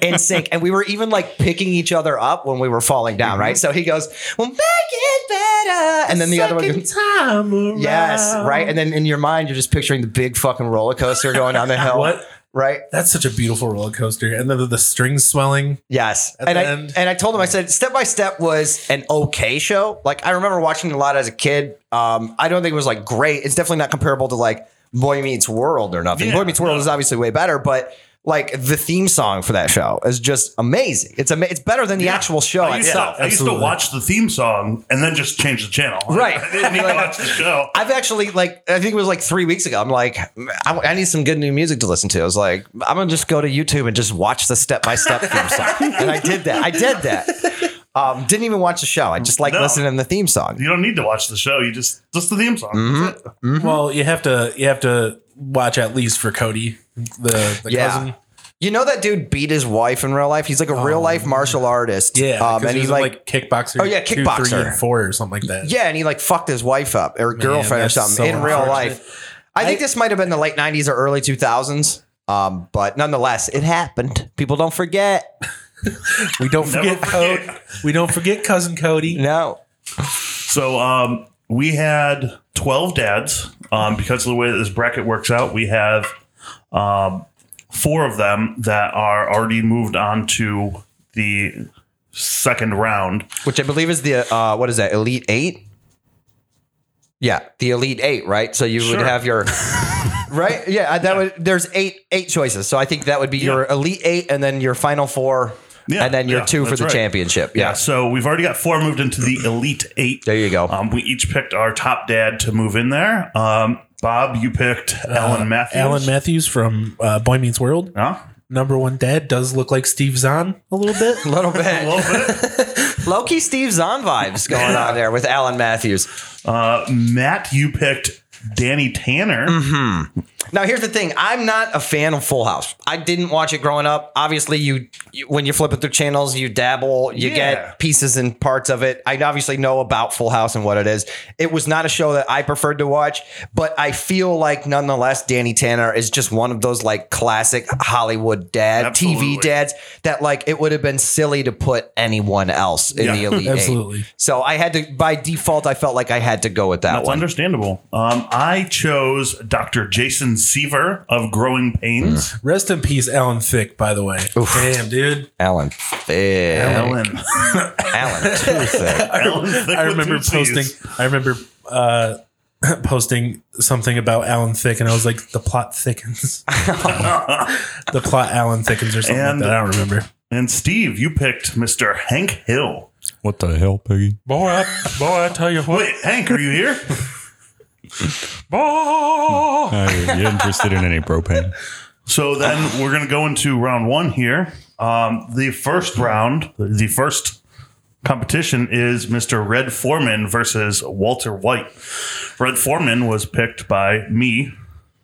F: in sync. And we were even like picking each other up when we were falling down, right? So he goes, well, make it better. And then the other one goes,
B: time around.
F: Yes, right. And then in your mind, you're just picturing the big fucking roller coaster going down the hill.
B: What?
F: right?
B: That's such a beautiful roller coaster. And then the, the strings swelling.
F: Yes.
B: At
F: and
B: the
F: I
B: end.
F: and I told him I said Step by Step was an okay show. Like I remember watching it a lot as a kid. Um, I don't think it was like great. It's definitely not comparable to like Boy Meets World or nothing.
C: Yeah,
F: Boy Meets World is obviously way better, but like the theme song for that show is just amazing. It's ama- it's better than the actual show
C: I used, to,
F: itself.
C: I used to
B: Absolutely.
C: watch the theme song and then just change the channel. [laughs]
F: Right.
C: I didn't even watch the show.
F: I've actually like I think it was like three weeks ago. I'm like I, I need some good new music to listen to. I was like I'm gonna just go to YouTube and just watch the step by step
B: [laughs]
F: theme song, and I did that. I did that. Um, didn't even watch the show. I just like
C: No.
F: listening to the theme song.
C: You don't need to watch the show. You just just the theme song. That's it.
B: Well, you have to you have to watch at least for Cody, the, the
F: Yeah.
B: cousin.
F: You know that dude beat his wife in real life. He's like a real life martial artist.
B: Oh, Yeah,
F: um,
B: 'cause
F: and
B: he
F: he's
B: was
F: like,
B: like, kickboxer.
F: Oh, yeah,
B: two, three,
F: kickboxer.
B: and four or something like that.
F: yeah, and he like fucked his wife up or girlfriend or
B: that's
F: something
B: so
F: in real
B: unfortunate.
F: life. I think this might have been the late '90s or early 2000s. Um, but nonetheless, it happened. People don't forget.
B: we don't forget
C: forget.
B: Cody. We don't forget cousin Cody.
F: No,
C: So um, we had 12 dads. Um, because of the way that this bracket works out, we have um, four of them that are already moved on to the second round.
F: which I believe is the uh, what is that Elite Eight? Yeah, the Elite Eight, right? So you
C: Sure.
F: would
C: [laughs]
F: have your right, yeah. uh, That would there's eight eight choices, so I think that would be your Elite Eight, and then your Final Four,
C: Yeah,
F: and then your
C: yeah,
F: two for
C: that's
F: the
C: right.
F: championship. Yeah.
C: So we've already got four moved into the elite eight.
F: There you go.
C: Um, we each picked our top dad to move in there. Um, Bob, you picked
B: Uh,
C: Alan Matthews.
B: Alan Matthews from uh, Boy Meets World,
C: Huh?
B: number one dad, does look like Steve Zahn a little bit. [laughs]
F: A little bit.
C: A [laughs] little bit.
F: [laughs] Loki Steve Zahn vibes
C: [laughs]
F: going on there with Alan Matthews.
C: Uh, Matt, you picked Danny Tanner.
F: Mm-hmm. Now, here's the thing I'm not a fan of Full House. I didn't watch it growing up. Obviously, you, you when you're flipping through channels, you dabble, you
C: Yeah.
F: get pieces and parts of it. I obviously know about Full House and what it is. It was not a show that I preferred to watch, but I feel like nonetheless, Danny Tanner is just one of those like classic Hollywood dad,
C: Absolutely.
F: TV dads that like it would have been silly to put anyone else in
C: Yeah,
F: the elite. Eight.
B: absolutely.
F: So I had to, by default, I felt like I had to go with that
C: That's
F: one.
C: understandable. Um, I chose Dr. Jason Seaver of Growing
F: Mm.
C: Pains.
B: Rest in peace, Alan Thick. By the way, damn dude.
F: Alan Thick.
C: [laughs]
F: [laughs]
C: Alan.
F: Alan too thick.
C: Alan Thicke
B: I
C: with
B: remember
C: two Cs.
B: posting. I remember uh, posting something about Alan Thick, and I was like, "The plot [laughs] thickens." the plot Alan thickens, or something
C: And-
B: like that. I don't remember.
C: And Steve, you picked Mr. Hank Hill.
E: What the hell, Peggy?
B: Boy, I, boy, I tell you what,
C: Wait, Hank, are you here?
B: boy.
E: Are you interested in any propane?
C: So
F: Ah.
C: then we're going to go into round one here. Um, the first round, the first competition is Mr. Red Foreman versus Walter White. Red Foreman was picked by me,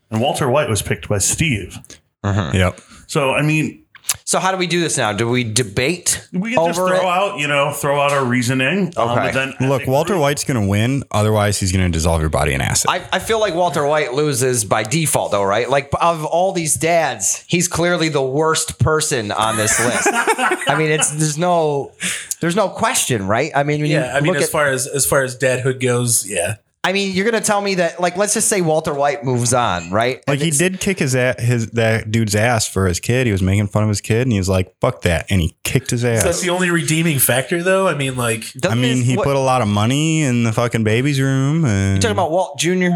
C: and Walter White was picked by Steve.
E: Yep.
C: So, I mean,
F: So how do we do this now? Do we debate
C: we can just
F: over
C: throw
F: it?
C: out, you know, throw out our reasoning. Um,
F: Okay.
C: and then as
E: Look,
C: a
E: Walter
C: group-
E: White's going to win. Otherwise, he's going to dissolve your body in acid.
F: I, I feel like Walter White loses by default, though, right? Like of all these dads, he's clearly the worst person on this list.
E: [laughs]
F: I mean, it's there's no there's no question, right? I mean, when
B: Yeah,
F: you
B: I mean,
F: look
B: as
F: at,
B: far as as far as dadhood goes, yeah.
F: I mean, you're gonna tell me that, like, let's just say Walter White moves on, right?
E: like he did kick his a his that dude's ass for his kid. He was making fun of his kid, and he was like, "Fuck that!" and he kicked his
B: So that's
E: ass.
B: the only redeeming factor, though. I mean, like,
E: I
F: Doesn't
E: mean,
F: his-
E: he
F: what-
E: put a lot of money in the fucking baby's room. And
F: talking about Walt Jr.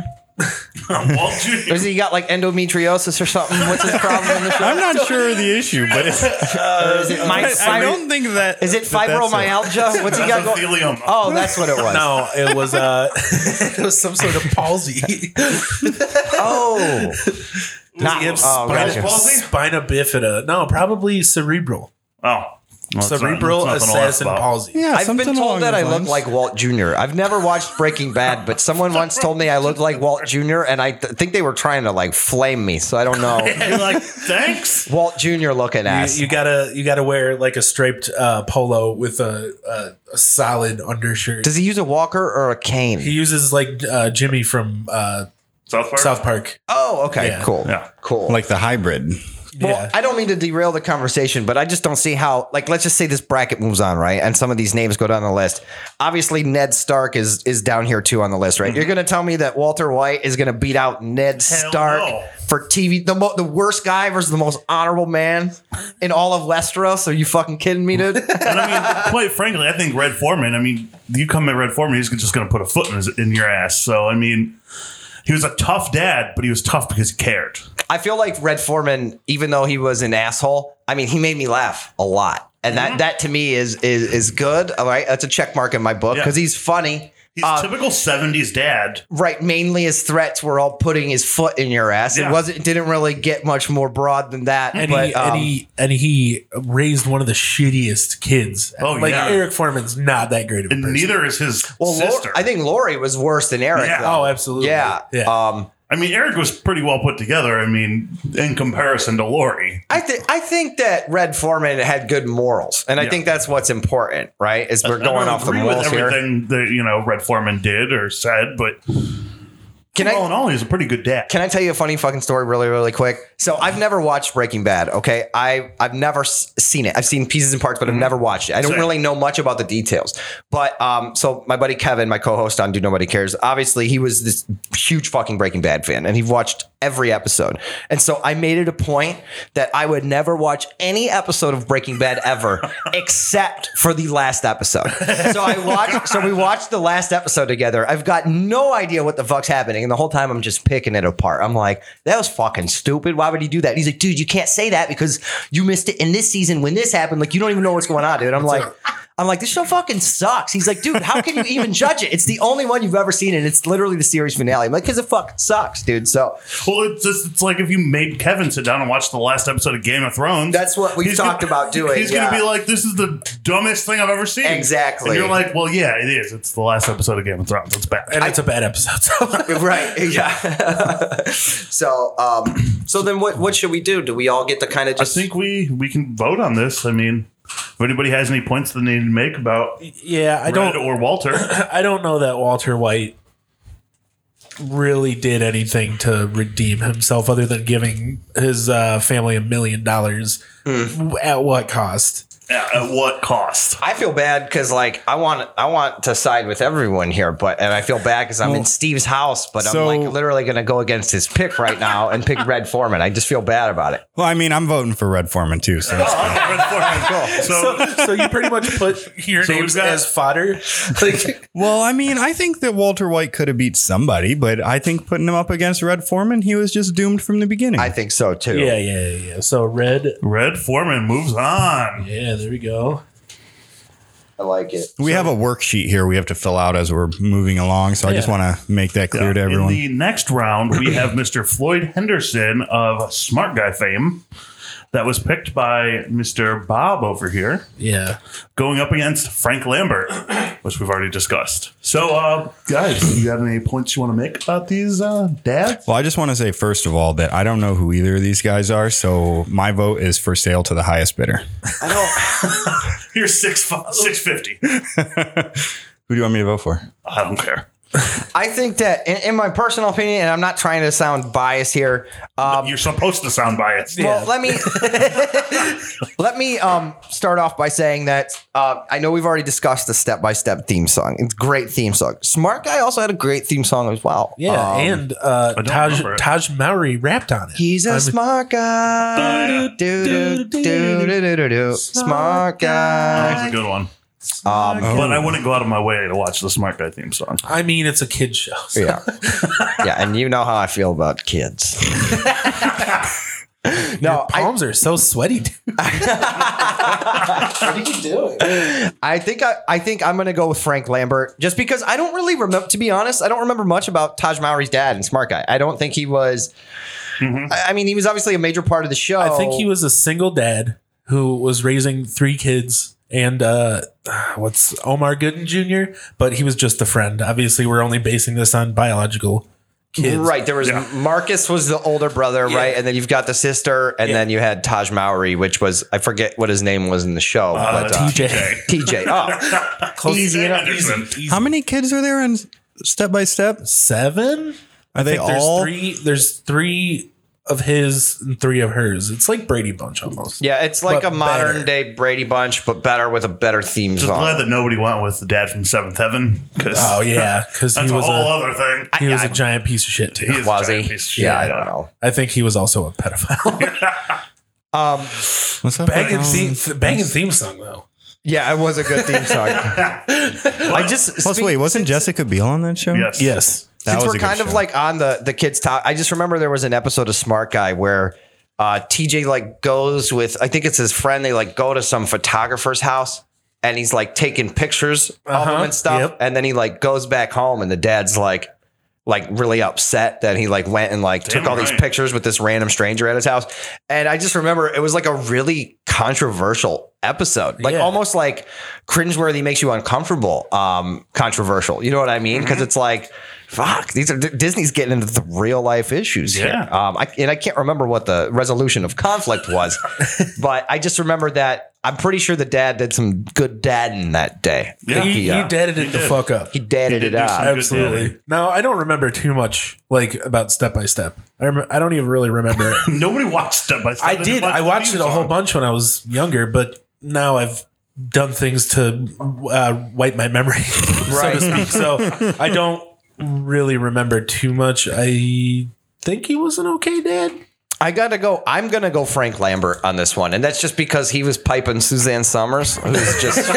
C: Walt Jr.
F: [laughs] Or is he got like endometriosis or something? What's his problem in the show? [laughs]
E: I'm not sure of the issue, but it's,
F: Or Uh, is it my
E: I, I don't think that
F: Is it
E: that that's a-
F: fibromyalgia? What's he got going?
C: Mesothelioma.
F: Oh, that's what it was.
B: no, it was
E: [laughs]
B: uh, [laughs] it was some sort of palsy.
F: Oh, not
B: He had
F: oh,
B: spina-
F: gotcha.
C: palsy?
B: spina bifida. No, probably cerebral.
C: Oh. Well, it's not-
B: cerebral
C: it's nothing to laugh
B: assassin
C: about. [laughs]
B: palsy.
E: Yeah,
F: [laughs] I've
E: something
F: been
E: along
F: told that I
E: those lines.
F: look like Walt Jr. I've never watched Breaking Bad, but someone once told me I looked like Walt Jr. and I th- think they were trying to like flame me, so I don't know.
C: You're like, thanks.
F: Walt Jr. looking ass.
B: You, you gotta you gotta wear like a striped uh, polo with a, a, a solid undershirt.
F: Does he use a walker or a
B: he
F: cane?
B: uses like uh, Jimmy from uh,
C: South Park.
B: South Park.
F: Oh, okay,
B: Yeah.
F: cool,
C: Yeah.
F: cool.
E: like the hybrid
F: Well,
B: Yeah.
F: I don't mean to derail the conversation, but I just don't see how. Like, let's just say this bracket moves on, right? And some of these names go down the list. Obviously, Ned Stark is is down here too on the list, right? You're going to tell me that Walter White is going to beat out Ned
C: Mm-hmm. Hell
F: Stark
C: no.
F: for TV, the mo- the worst guy versus the most honorable man in all of Westeros? Are you fucking kidding
C: [laughs]
F: me, dude?
C: And I mean, quite frankly, I think Red Foreman. I mean, you come at Red Foreman, he's just going to put a foot in, his, in your ass. So I mean, he was a tough dad, but he was tough because he cared.
F: I feel like Red Foreman, even though he was an asshole, I mean, he made me laugh a lot. And
C: Mm-hmm.
F: that, that to me is is is good. All right. That's a check mark in my book
C: Yeah.
F: because he's funny.
C: He's a typical '70s dad.
F: Right. Mainly his threats were all putting his foot in your ass.
C: Yeah.
F: It wasn't it didn't really get much more broad than that.
B: And,
F: but
B: he,
F: um,
B: and he and he raised one of the shittiest kids.
C: Oh,
B: like
C: yeah.
B: Eric Foreman's not that great of a
C: And
B: person.
C: neither is his
F: well, Lor-
C: sister.
F: I think Lori was worse than Eric.
C: Yeah.
F: though.
B: Oh, absolutely.
F: Yeah.
B: Yeah.
F: Um,
C: I mean, Eric was pretty well put together. I mean, in comparison to Lori,
F: I think I think that Red Foreman had good morals, and I
C: Yeah.
F: think that's what's important, right? Is we're
C: I don't
F: going off the
C: agree with
F: morals here.
C: everything that you know Red Foreman did or said, but
F: Can I
C: all in all, he was a pretty good dad.
F: Can I tell you a funny fucking story really, really quick? So I've never watched Breaking Bad. Okay, I I've never s- seen it. I've seen pieces and parts, but I've never watched it. I don't
C: Same.
F: really know much about the details. But um, so my buddy Kevin, my co-host on Do Nobody Cares, obviously he was this huge fucking Breaking Bad fan, and he watched every episode. And so I made it a point that I would never watch any episode of Breaking Bad ever, except for the last episode. So I watched. So we watched the last episode together. I've got no idea what the fuck's happening, and the whole time I'm just picking it apart. I'm like, that was fucking stupid. Why would he do that? he's like, dude, you can't say that because you missed it in this season when this happened. Like, you don't even know what's going on, dude. I'm like. I'm like, this show fucking sucks. He's like, dude, how can you even judge it? It's the only one you've ever seen, and it's literally the series finale. I'm like, because it fuck sucks, dude. So
C: Well, it's just it's like if you made Kevin sit down and watch the last episode of Game of Thrones.
F: That's what we've
C: he's
F: talked
C: gonna-
F: about doing,
C: He's
F: yeah.
C: gonna be like, "This is the dumbest thing I've ever seen."
F: Exactly.
C: And you're like, "Well, yeah, it is. It's the last episode of Game of Thrones. It's bad."
B: and it's a bad episode. [laughs] So.
F: [laughs] right yeah so um so then what what should we do do we all get to kind of
C: I
F: just
C: think we we can vote on this. I mean, if anybody has any points that they need to make about
B: yeah, I
C: Red
B: don't.
C: or
B: [laughs]
C: Walter,
B: I don't know that Walter White really did anything to redeem himself other than giving his uh, family a million dollars.
F: Hmm.
B: At what cost?
C: at at
B: [laughs]
C: what cost?
F: I feel bad because like I want I want to side with everyone here, but and I feel bad because I'm in Steve's house, but
E: so-
F: I'm like literally going to go against his pick right now and pick Red Foreman. I just feel bad about it.
E: Well, I mean, I'm voting for Red Foreman too. So that's fine.
C: So,
B: So you pretty much put your
C: So we've
B: names
C: got-
B: as fodder. Like,
E: well, I mean, I think that Walter White could have beat somebody, but I think putting him up against Red Foreman, he was just doomed from the beginning.
F: I think so too.
B: yeah, yeah, yeah. So red.
C: Red Foreman moves on.
B: Yeah, there we go.
F: I like it.
E: we have a worksheet here we have to fill out as we're moving along, so I just
B: Yeah.
E: want to make that clear to everyone.
C: In the next round, we have Mr. Floyd Henderson of Smart Guy fame. That was picked by Mr. Bob over here,
B: Yeah.
C: going up against Frank Lambert, which we've already discussed. So, uh, guys, you got any points you want to make about these uh,
E: [laughs]
C: dads?
E: well, I just want to say first of all that I don't know who either of these guys are, so my vote is for sale to the highest bidder.
F: I don't.
C: You're six six fifty.
E: Who do you want me to vote for?
C: I don't care.
F: I think that in, in my personal opinion, and I'm not trying to sound biased here. Um,
C: You're supposed to sound biased.
F: Well, let me [laughs] let me um, start off by saying that uh, I know we've already discussed the step by step theme song. It's a great theme song. Smart guy also had a great theme song as well.
B: Yeah,
F: Um,
B: and uh,
C: don't
B: Taj
C: remember it.
B: Taj Mowry rapped on it.
F: he's a
B: I'm-
F: smart guy. Do, do, do, do, do, do, do. Smart guy.
C: That's a good one.
F: Um,
C: But I wouldn't go out of my way to watch the Smart Guy theme song.
B: I mean, it's a kid show. so-
F: [laughs] yeah, yeah, and you know how I feel about [laughs] kids. no, I,
B: Palms are so sweaty. dude.
F: I think I, I think I'm gonna go with Frank Lambert just because I don't really remember. To be honest, I don't remember much about Taj Mowry's dad and Smart Guy. I don't think he was. I, I mean, he was obviously a major part of the show.
B: I think he was a single dad who was raising three kids and uh, [sighs] what's Omar Gooden Jr. But he was just a friend. Obviously, we're only basing this on biological kids.
F: right. There was Marcus was the older brother, right? And then you've got the sister, and then you had Taj Mowry, which was I forget what his name was in the show, but uh,
B: TJ.
F: TJ.
C: [laughs]
F: Oh,
B: Close
F: Easy enough.
C: Henderson.
E: How many kids are there in step by step?
B: Seven?
E: Are they
B: There's
E: all
B: three. There's three of his and three of hers. It's like Brady Bunch almost.
F: Yeah, it's like
B: But
F: a modern
B: better.
F: day Brady Bunch, but better with a better theme
C: Just
F: song.
C: glad that nobody went with the dad from Seventh Heaven. 'cause
B: Oh yeah, because he
C: that's a
B: was
C: whole
B: a
C: other thing.
B: he was a giant piece of shit
C: He
B: too.
C: is a
F: Was he?
C: giant piece of shit,
F: Yeah, I don't know.
B: I think he was also a pedophile.
F: Um,
E: What's up? Um,
B: banging [laughs] theme, banging theme song though.
F: yeah, it was a good theme
C: [laughs]
F: song. I just
E: Plus,
F: speak-
E: wait, wasn't Jessica Biel on that show?
C: Yes.
B: Yes,
E: That
F: since
E: was
F: we're
E: a good
F: kind of
E: show.
F: like on the the kids top i just remember there was an episode of smart guy where uh tj like goes with i think it's his friend they like go to some photographer's house and he's like taking pictures of
B: Uh-huh,
F: him and stuff
B: yep.
F: and then he like goes back home and the dad's like like really upset that he like went and like took
C: Damn
F: all these
C: right.
F: pictures with this random stranger at his house and i just remember it was like a really controversial episode like
B: Yeah.
F: almost like cringeworthy makes you uncomfortable um controversial you know what i mean
C: Mm-hmm.
F: because it's like fuck these are disney's getting into the real life issues
C: Yeah.
F: here um I, and i can't remember what the resolution of
C: [laughs]
F: conflict was but i just remember that i'm pretty sure the dad did some good dadding that day
C: Yeah.
B: he, he
F: uh,
B: deaded it the
C: did.
B: fuck up.
F: he dadded
C: did
F: it
C: do
F: up
C: some- good
B: Absolutely.
C: dadding.
B: Now I don't remember too much like about step by step. I rem- I don't even really remember it.
C: Nobody watched Step by Step.
B: [laughs] I
C: They
B: did.
C: watch
B: I
C: the
B: watched it
C: theme
B: a whole
C: song.
B: bunch when I was younger, but now I've done things to uh, wipe my memory, [laughs]
F: Right.
B: so to speak. So I don't really remember too much. I think he was an okay dad.
F: I gotta go. I'm gonna go Frank Lambert on this one, and that's just because he was piping Suzanne Summers,
E: [laughs]
F: who's just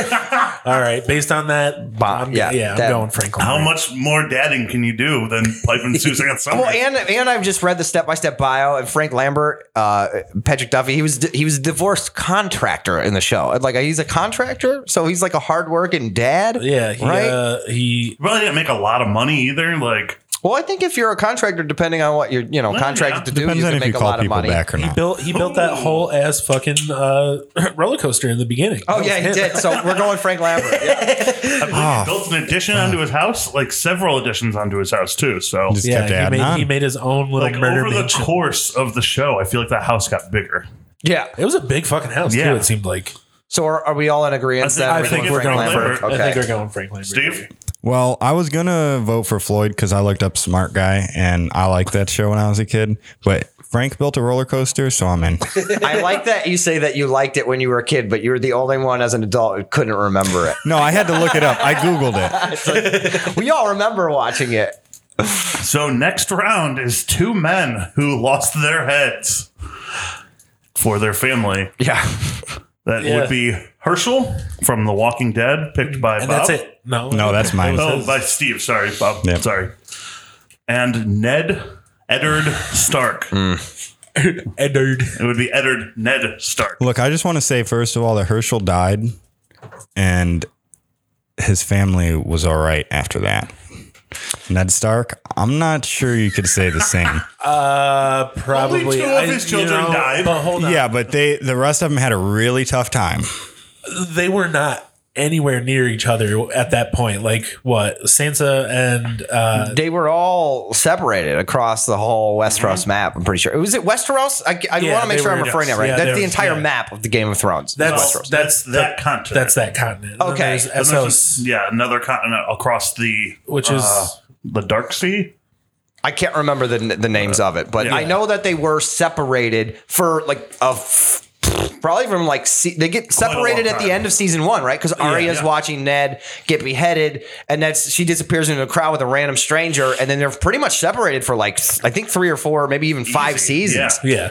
B: All right. Based on that,
F: Bah,
B: I'm, yeah,
F: yeah,
B: yeah,
F: that-
B: I'm going Franklin.
C: How much more dadding can you do than
B: [laughs]
C: piping Suzanne Summers?
F: well. And and I've just read the step by step bio, and Frank Lambert, uh, Patrick Duffy, he was he was a divorced contractor in the show. And, Like he's a contractor, so he's like a hardworking dad.
B: Yeah. He,
F: Right?
B: uh, he.
C: Probably didn't make a lot of money either. Like,
F: Well, I think if you're a contractor, depending on what you're you know
C: Well,
F: contracted
C: yeah.
F: to do,
E: Depends
F: you
E: on
F: can
E: if
F: make
E: you
F: a lot
E: call
F: of
E: people
F: money.
E: back or
B: He
E: not.
B: built he built that whole ass fucking uh, [clears throat] roller coaster in the beginning.
F: Oh yeah, he did. So we're going Frank Lambert.
E: [laughs]
F: Yeah.
C: I believe
B: ah,
E: Oh,
C: he built an addition onto his house, like several additions onto his house too. So,
E: Just kept
B: Yeah, he
E: adding
B: made,
E: on.
B: he made his own little
C: like
B: murder
C: over the
B: mansion.
C: course of the show, I feel like that house got bigger.
F: yeah.
B: it was a big fucking house
C: Yeah.
B: too. It seemed like.
F: So are, are we all in agreement?
C: think- I
F: that
C: think we're going Lambert.
F: Okay.
B: I think we're going Frank Lambert.
C: Steve,
E: Well, I was gonna vote for Floyd because I looked up Smart Guy and I liked that show when I was a kid. But Frank built a roller coaster, so I'm in.
F: I like that you say that you liked it when you were a kid, but you were the only one as an adult who couldn't remember it. [laughs]
E: No, I had to look it up. I googled it.
F: we all remember watching it.
C: So next round is two men who lost their heads for their family.
F: Yeah.
C: That
B: Yeah.
C: would be Herschel from The Walking Dead, picked by
B: And
C: Bob.
B: that's it. No,
E: No, that's mine.
C: Oh, by Steve. Sorry, Bob.
E: Yeah.
C: Sorry. And Ned Eddard Stark. It
B: Eddard.
C: would be Eddard Ned Stark.
E: Look, I just want to say first of all that Herschel died, and his family was all right after that. Ned Stark, I'm not sure you could say the same.
B: Uh, probably.
C: Only two of his
B: you
C: children
B: know,
C: died.
B: But hold on,
E: yeah, but they the rest of them had a really tough time.
B: they were not anywhere near each other at that point. Like what Sansa and
C: Mm-hmm.
B: uh,
F: They were all separated across the whole Westeros map, I'm pretty sure. Was it Westeros? I, I
B: Yeah,
F: want to make
B: they
F: sure I'm
B: were-
F: referring to it right.
B: yeah, they
F: that's the
B: were-
F: entire
B: yeah.
F: map of the Game of Thrones.
B: that's
F: Westeros.
B: that's
C: That's that
B: the-
C: continent.
B: That's that continent. And
F: Okay.
B: then there's
F: And
C: And there's
B: Essos,
C: just- yeah, another continent across the
B: which is
C: uh, the Dark Sea.
F: I can't remember the the names of it, but
C: Uh, Yeah.
F: I know that they were separated for like a f- probably from like se- they get
C: a
F: separated
C: long
F: at the
C: time.
F: end of season one, right? Because Arya's
C: yeah.
F: watching Ned get beheaded, and that's she disappears into a crowd with a random stranger, and then they're pretty much separated for like I think three or four, maybe even five
C: Easy.
F: seasons,
C: Yeah.
B: yeah.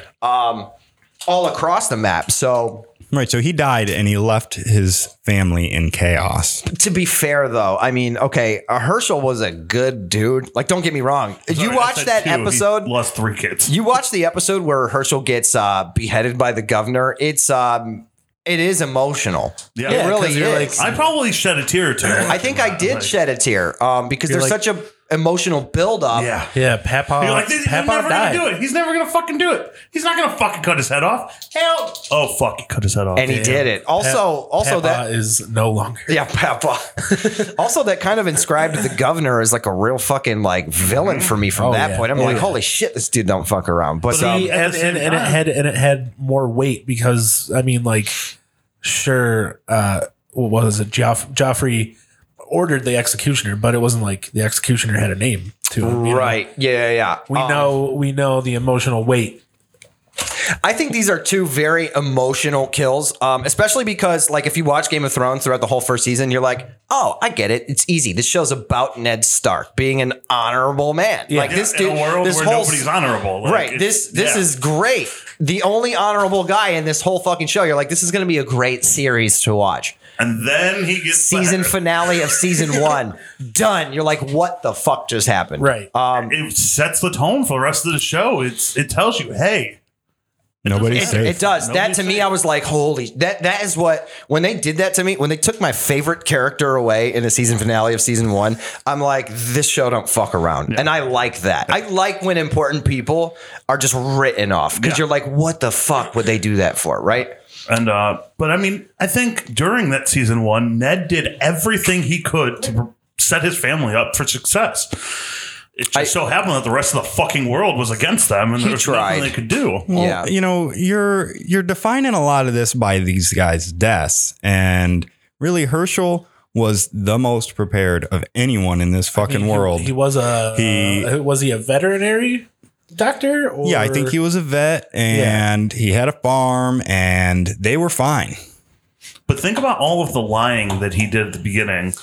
F: all across the map. So
E: Right, so he died and he left his family in chaos.
F: to be fair, though, I mean, okay, uh, Herschel was a good dude. Like, don't get me wrong, you
C: Sorry, I
F: watch
C: said
F: that
C: two. He
F: episode.
C: lost three kids.
F: You watch the episode where Herschel gets uh, beheaded by the governor. It's um, it is emotional.
C: Yeah.
F: it
C: Yeah,
F: really
B: 'cause you're
F: is.
C: I probably shed a tear or two.
F: I think I did shed a tear um, because there's
B: like-
F: such a emotional buildup.
C: Yeah.
B: Yeah, Papa.
C: You're like, he's
B: Papa
C: never
B: died.
C: gonna do it. He's never gonna fucking do it. He's not gonna fucking cut his head off. Help! Oh fuck, he cut his head off.
F: and he did it. Also, also
B: Papa
F: that.
B: is no longer.
F: [laughs] Yeah, Papa.
B: [laughs]
F: also, that kind of inscribed the governor as like a real fucking like villain for me from
B: Oh,
F: that
B: yeah.
F: point. I'm
B: Oh,
F: like,
B: yeah.
F: holy shit, this dude don't fuck around. But
C: See,
F: um,
B: See,
C: at
B: and,
C: the
B: and,
C: same
B: and it
C: time.
B: had and it had more weight because I mean, like, sure, uh, what was it? Joff- Joffrey ordered the executioner, but it wasn't like the executioner had a name to him. you know?
F: right, um, yeah, yeah, yeah.
B: We
F: Um,
B: know we know the emotional weight
F: I think these are two very emotional kills, um, especially because, like, if you watch Game of Thrones throughout the whole first season, you're like, oh, I get it. It's easy. This show's about Ned Stark being an honorable man. Like this
C: in
F: dude,
C: a world
F: this
C: where
F: whole
C: nobody's honorable. Like,
F: right.
C: it's-
F: This this
C: yeah.
F: is great. The only honorable guy in this whole fucking show. You're like, this is going to be a great series to watch.
C: and then he gets
F: Season
C: better.
F: finale
C: [laughs]
F: of season one, done. You're like, what the fuck just happened?
B: Right.
F: Um,
C: It sets the tone for the rest of the show. It's it tells you, hey,
E: Nobody's
C: It-
E: safe.
F: It does.
C: Nobody
F: that to me,
C: safe.
F: I was like, holy that that is what when they did that to me, when they took my favorite character away in the season finale of season one, I'm like, this show don't fuck around. And I like that. I like when important people are just written off. Because
C: Yeah.
F: you're like, what the fuck would they do that for? Right?
C: And uh, but I mean, I think during that season one, Ned did everything he could to set his family up for success. It just
F: I-
C: so happened that the rest of the fucking world was against them, and there was
F: tried.
C: nothing they could do.
E: Well,
F: Yeah.
E: you know, you're you're defining a lot of this by these guys' deaths, and really, Herschel was the most prepared of anyone in this fucking world.
B: He was a
E: He-
B: uh, was he a veterinary doctor? Or?
E: yeah, I think he was a vet, and he had a farm, and they were fine.
C: But think about all of the lying that he did at the beginning.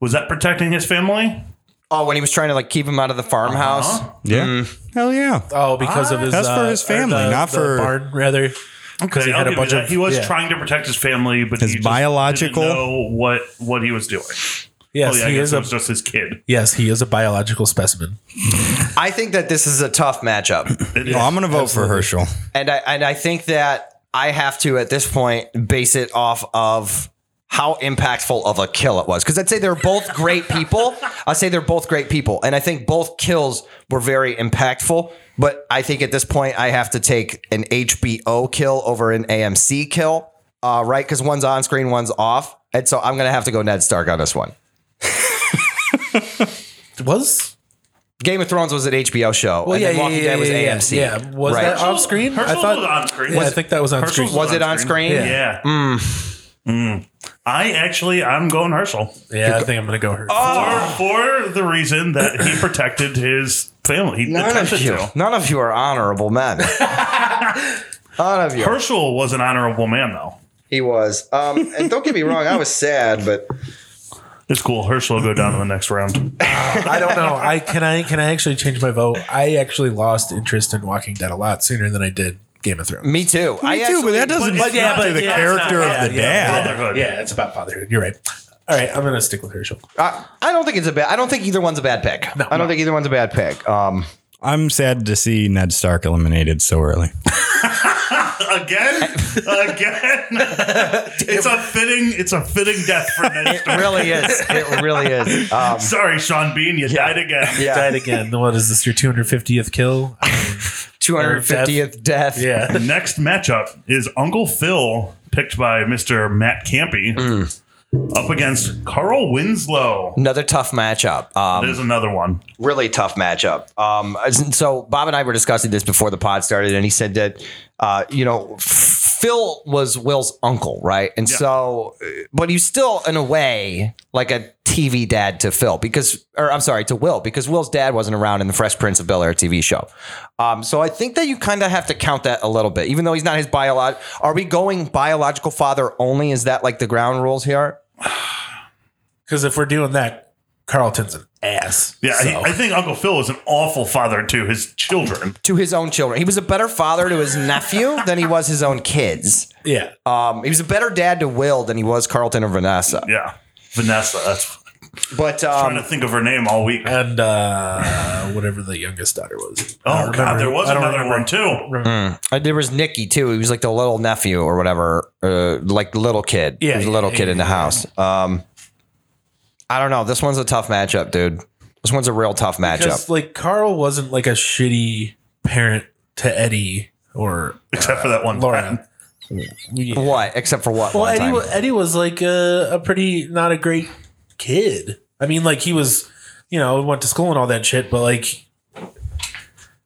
C: Was that protecting his family?
F: Oh, when he was trying to like keep him out of the farmhouse.
C: Uh-huh.
E: Yeah, hell yeah.
B: Oh, because of his
E: That's for
B: uh,
E: his
B: or
E: family,
B: the-
E: not
B: the
E: for-
B: barn, rather. Because
C: Okay,
B: he had a
C: I'll give you
B: bunch
C: that.
B: of
C: He was
B: yeah.
C: trying to protect his family, but
E: His
C: he just
E: biological-
C: didn't know what what he was doing.
B: Yes,
C: oh, yeah, I
B: he
C: guess
B: is
C: it
B: a
C: was just his kid.
B: yes, he is a biological specimen.
F: I think that this is a tough matchup.
C: It
E: Oh,
C: is-
E: I'm gonna vote for Herschel.
F: And I and I think that I have to at this point base it off of how impactful of a kill it was. Because I'd say they're both great people. [laughs] I'd say they're both great people. And I think both kills were very impactful. But I think at this point I have to take an HBO kill over an AMC kill. Uh, right? Because one's on screen, one's off. And so I'm gonna have to go Ned Stark on this one.
B: Was
F: Game of Thrones was an HBO show.
B: well, Oh,
F: and
B: yeah,
F: then
B: yeah,
F: Walking
B: yeah,
F: Dead was
B: yeah, yeah,
F: AMC.
B: yeah. Was
F: Right.
B: that off screen?
C: Herschel
B: I thought
C: was on screen.
B: Yeah, I think that was on
C: Herschel
B: screen. Hmm.
F: Was it on screen?
B: Yeah.
C: Yeah. Mm. I actually, I'm going Herschel
B: Yeah, I think I'm gonna go Herschel. [laughs]
F: Oh.
C: for, for the reason
B: [clears throat]
C: that he protected his family. He
F: None of
C: attempted
F: you.
C: to.
F: None of you are honorable [laughs] men. None of you.
C: Herschel was an honorable man, though.
F: He was. Um, and don't get me wrong, I was sad, but
C: It's cool. Herschel will go down to the next
F: [laughs]
C: round.
B: I don't know. I can I can I actually change my vote? I actually lost interest in Walking Dead a lot sooner than I did Game of Thrones.
F: me too. I
E: Me
F: actually-
E: too, but that doesn't
C: but
E: yeah,
C: yeah,
E: to
C: but
E: the
C: yeah,
E: character
C: it's not
E: of the
C: bad.
E: dad.
C: Brotherhood.
B: Yeah, it's about fatherhood. You're right. All right, I'm gonna stick with Herschel.
F: I, I don't think it's a bad. I don't think either one's a bad pick. I don't think either one's a bad pick. Um,
E: I'm sad to see Ned Stark eliminated so early.
C: Again,
F: [laughs]
C: again. it's a fitting. It's a fitting death
F: [laughs]
C: for Ned.
F: it really is. It really is. [laughs] Um,
C: Sorry, Sean Bean, you died again.
F: yeah.
B: Died [laughs] again. What is this? Your 250th kill?
F: Two hundred fiftieth death.
B: [laughs] Yeah.
C: Next matchup is Uncle Phil, picked by Mr. Matt Campy, up against Carl Winslow.
F: Another tough matchup. Um,
C: There's another one.
F: really tough matchup. Um, as- so Bob and I were discussing this before the pod started, and he said that uh, you know Phil was Will's uncle, right? And so, uh, but he's still in a way like a TV dad to Phil because, or I'm sorry, to Will because Will's dad wasn't around in the Fresh Prince of Bel Air TV show. Um, so I think that you kind of have to count that a little bit, even though he's not his biological. Are we going biological father only? Is that like the ground rules here?
B: Because if we're doing that, Carlton's an ass.
C: Yeah,
B: So-
C: he- I think Uncle Phil was an awful father to his children.
F: To his own children, he was a better father to his nephew than he was his own kids.
B: yeah.
F: Um, he was a better dad to Will than he was Carlton or Vanessa.
C: Yeah, Vanessa. That's
F: But
C: trying
F: um,
C: to think of her name all week.
B: and uh, whatever the youngest daughter was.
C: Oh
B: I don't
C: God,
B: remember.
C: there was
B: I don't
C: another
B: remember.
C: one too.
F: uh, there was Nicky too. He was like the little nephew or whatever, uh, like the little kid.
B: Yeah,
F: he was a
B: yeah,
F: little
B: yeah,
F: kid in the
B: yeah.
F: house. Um, I don't know. This one's a tough matchup, dude. This one's a real tough matchup.
B: Because like Carl wasn't like a shitty parent to Eddie or
C: Except for that one.
B: Laura.
F: What? Except for what?
B: Well,
F: one
B: Eddie,
F: time?
B: wa- Eddie was like a, a pretty not a great kid. I mean, like he was, you know, went to school and all that shit, but like,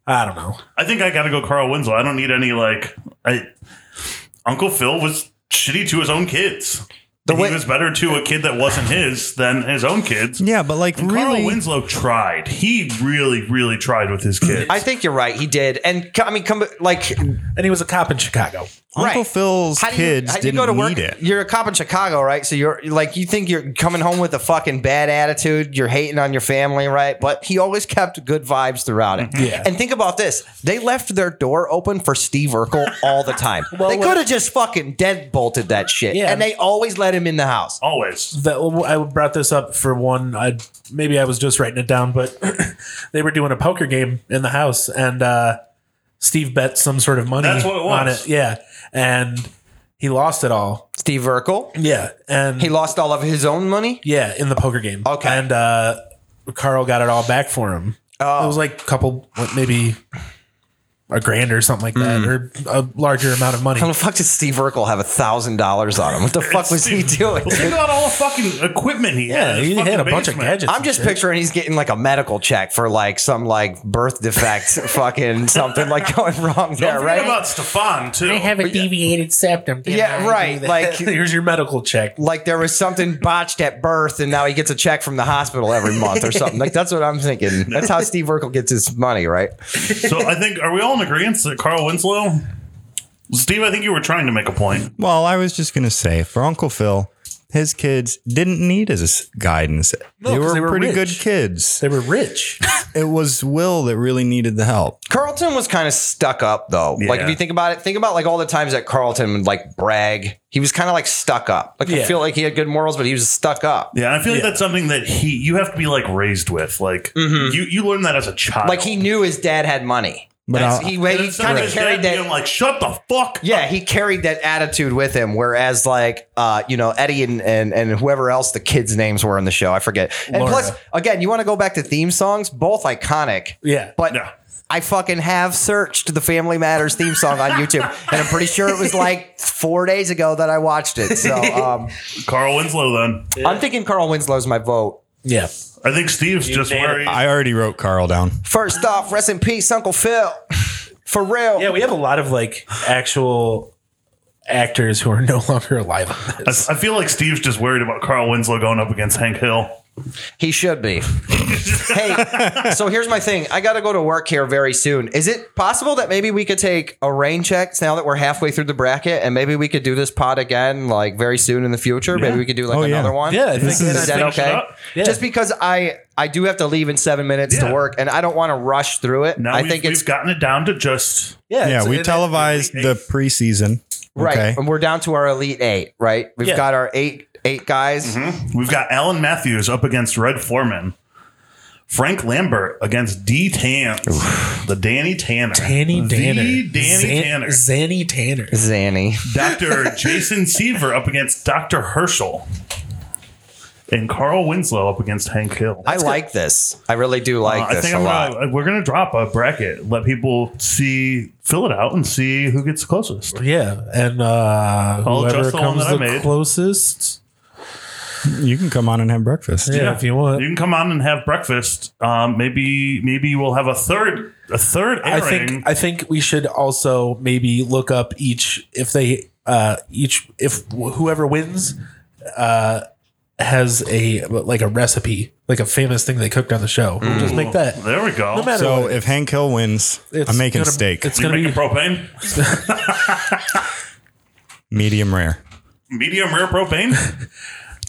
B: I don't know.
C: I think I got to go Carl Winslow. I don't need any like. I, Uncle Phil was shitty to his own kids.
F: The
C: he
F: way-
C: was better to a kid that wasn't his than his own kids.
E: Yeah, but like
C: And
E: really,
C: Carl Winslow tried. He really, really tried with his kids.
F: I think you're right. He did, and co- I mean, come like
B: And he was a cop in Chicago.
E: Uncle
F: right.
E: Phil's
F: how do you,
E: kids
F: how do you
E: didn't
F: go to work?
E: need it.
F: You're a cop in Chicago, right? So you're like you think you're coming home with a fucking bad attitude. You're hating on your family, right? But he always kept good vibes throughout it.
B: Yeah.
F: And think about this: they left their door open for Steve Urkel all
E: [laughs]
F: the time. they
B: what-
F: could have just fucking deadbolted that shit,
B: Yeah.
F: and they always let him in the house.
C: Always.
B: that I brought this up for one. I maybe I was just writing it down, but [clears throat] they were doing a poker game in the house, and uh, Steve bet some sort of money
C: That's what it was.
B: on it. Yeah, and he lost it all.
F: Steve Urkel,
B: Yeah, and
F: he lost all of his own money.
B: yeah in the poker game.
F: Okay.
B: and uh, Carl got it all back for him. Oh. It was like a couple, what, maybe a grand or something like that, or a larger amount of money.
F: Mm. How the fuck did Steve Urkel have a thousand dollars on
E: [laughs]
F: him? What the fuck
C: [laughs]
F: was he doing?
C: Think about all the fucking equipment he
B: Yeah,
C: had. in his
B: he
C: fucking
B: had a bunch of
C: basement.
B: gadgets.
F: I'm
B: and
F: just
B: shit.
F: picturing he's getting like a medical check for like some like
C: [laughs]
F: birth defect, fucking something like going wrong
C: Don't
F: there,
C: forget
F: right?
C: about Stefan too.
B: a deviated septum.
F: Yeah, right.
B: [laughs]
F: Like-
B: here's your medical check.
F: like there was something botched at birth, and now he gets a check from the hospital every month or something. Like that's what
C: [laughs]
F: I'm thinking. That's how Steve Urkel gets his money, right?
C: so I think are we all in agreement that Carl Winslow? Steve, I think you were trying to make a point.
E: Well, I was just gonna say for Uncle Phil, his kids didn't need his guidance. they,
B: 'cause
E: were
B: they were
E: pretty
B: rich.
E: good kids.
B: They were rich.
E: It was Will that really needed the help.
F: Carlton was kind of stuck up though. Like if
C: Yeah.
F: you think about it, think about like all the times that Carlton would like brag. He was kind of like stuck up. Like I
B: Yeah.
F: feel like he had good morals, but he was stuck up.
C: Yeah, and I feel like that's something that he you have to be like raised with. Like you you learn that as a child.
F: Mm-hmm. Like he knew his dad had money.
E: But
F: That's-
E: I'll-
F: he,
C: And
F: he
C: it's something
F: kind of
C: his dad
F: carried that.
C: being like shut the fuck. up.
F: Yeah, he carried that attitude with him. Whereas, like, uh, you know, Eddie and, and and whoever else the kids' names were on the show, I forget. And
B: Laura.
F: plus, again, you want to go back to theme songs, both iconic.
B: Yeah.
F: But
C: Yeah.
F: I fucking have searched the Family Matters theme song on YouTube, and I'm pretty sure it was like four days ago that I watched
B: [laughs]
F: it. So um,
C: Carl Winslow. Then
F: I'm thinking Carl Winslow's my vote.
B: Yeah.
C: I think Steve's just where he,
E: I already wrote Carl down.
B: [laughs]
F: First off, rest in peace, Uncle Phil. For real.
B: Yeah, we have a lot of like actual actors who are [laughs] no longer alive on
C: I,
B: this.
C: I feel like Steve's just worried about Carl Winslow going up against Hank Hill.
F: He should be. hey, so here's my thing. I got to go to work here very soon. Is it possible that maybe we could take a rain check now that we're halfway through the bracket and maybe we could do this pod again like very soon in the future? Maybe we could do like
E: Oh, yeah.
F: another one?
B: Yeah, I think
F: Is
B: that's-
F: that
C: Finish it
F: okay?
C: up.
B: Yeah.
F: Just because I I do have to leave in seven minutes
C: Yeah.
F: to work and I don't want to rush through it.
C: Now
F: I
C: we've,
F: think it's
C: we've gotten it down to just
E: Yeah,
B: it's-
E: we
B: it-
E: televised the preseason.
F: right.
E: Okay.
B: Um,
F: And we're down to our elite eight, right? We've
B: Yeah.
F: got our eight eight guys.
C: we've got Alan Matthews up against Red Foreman, Frank Lambert against D Tan, the Danny Tanner,
B: Danny Danner.
C: the Danny
B: Zan-
C: Tanner,
B: Zanny Tanner.
F: Zanny. [laughs]
C: Doctor Jason Seaver up against Doctor Herschel, and Carl Winslow up against Hank Hill.
F: I like this. I really do like
C: Uh, I
F: this
C: think
F: a
C: I'm
F: lot.
C: gonna, we're gonna drop a bracket. Let people see, fill it out, and see who gets closest.
B: Yeah, and uh,
C: Oh, just
B: whoever
C: the one
B: comes
C: that I
B: the
C: made.
B: closest.
E: You can come on and have breakfast.
B: Yeah, if you want.
C: You can come on and have breakfast. Um, maybe maybe we'll have a third a third
B: I
C: airing.
B: think I think we should also maybe look up each if they uh each if wh- whoever wins uh has a like a recipe like a famous thing they cooked on the show. We'll just make that.
C: there we go.
B: No matter
E: So
B: what,
E: if Hank Hill wins,
B: it's
E: I'm making
B: gonna-
E: steak,
B: It's
C: you
B: gonna be
C: making propane,
E: medium rare.
C: medium
B: [laughs]
C: rare propane.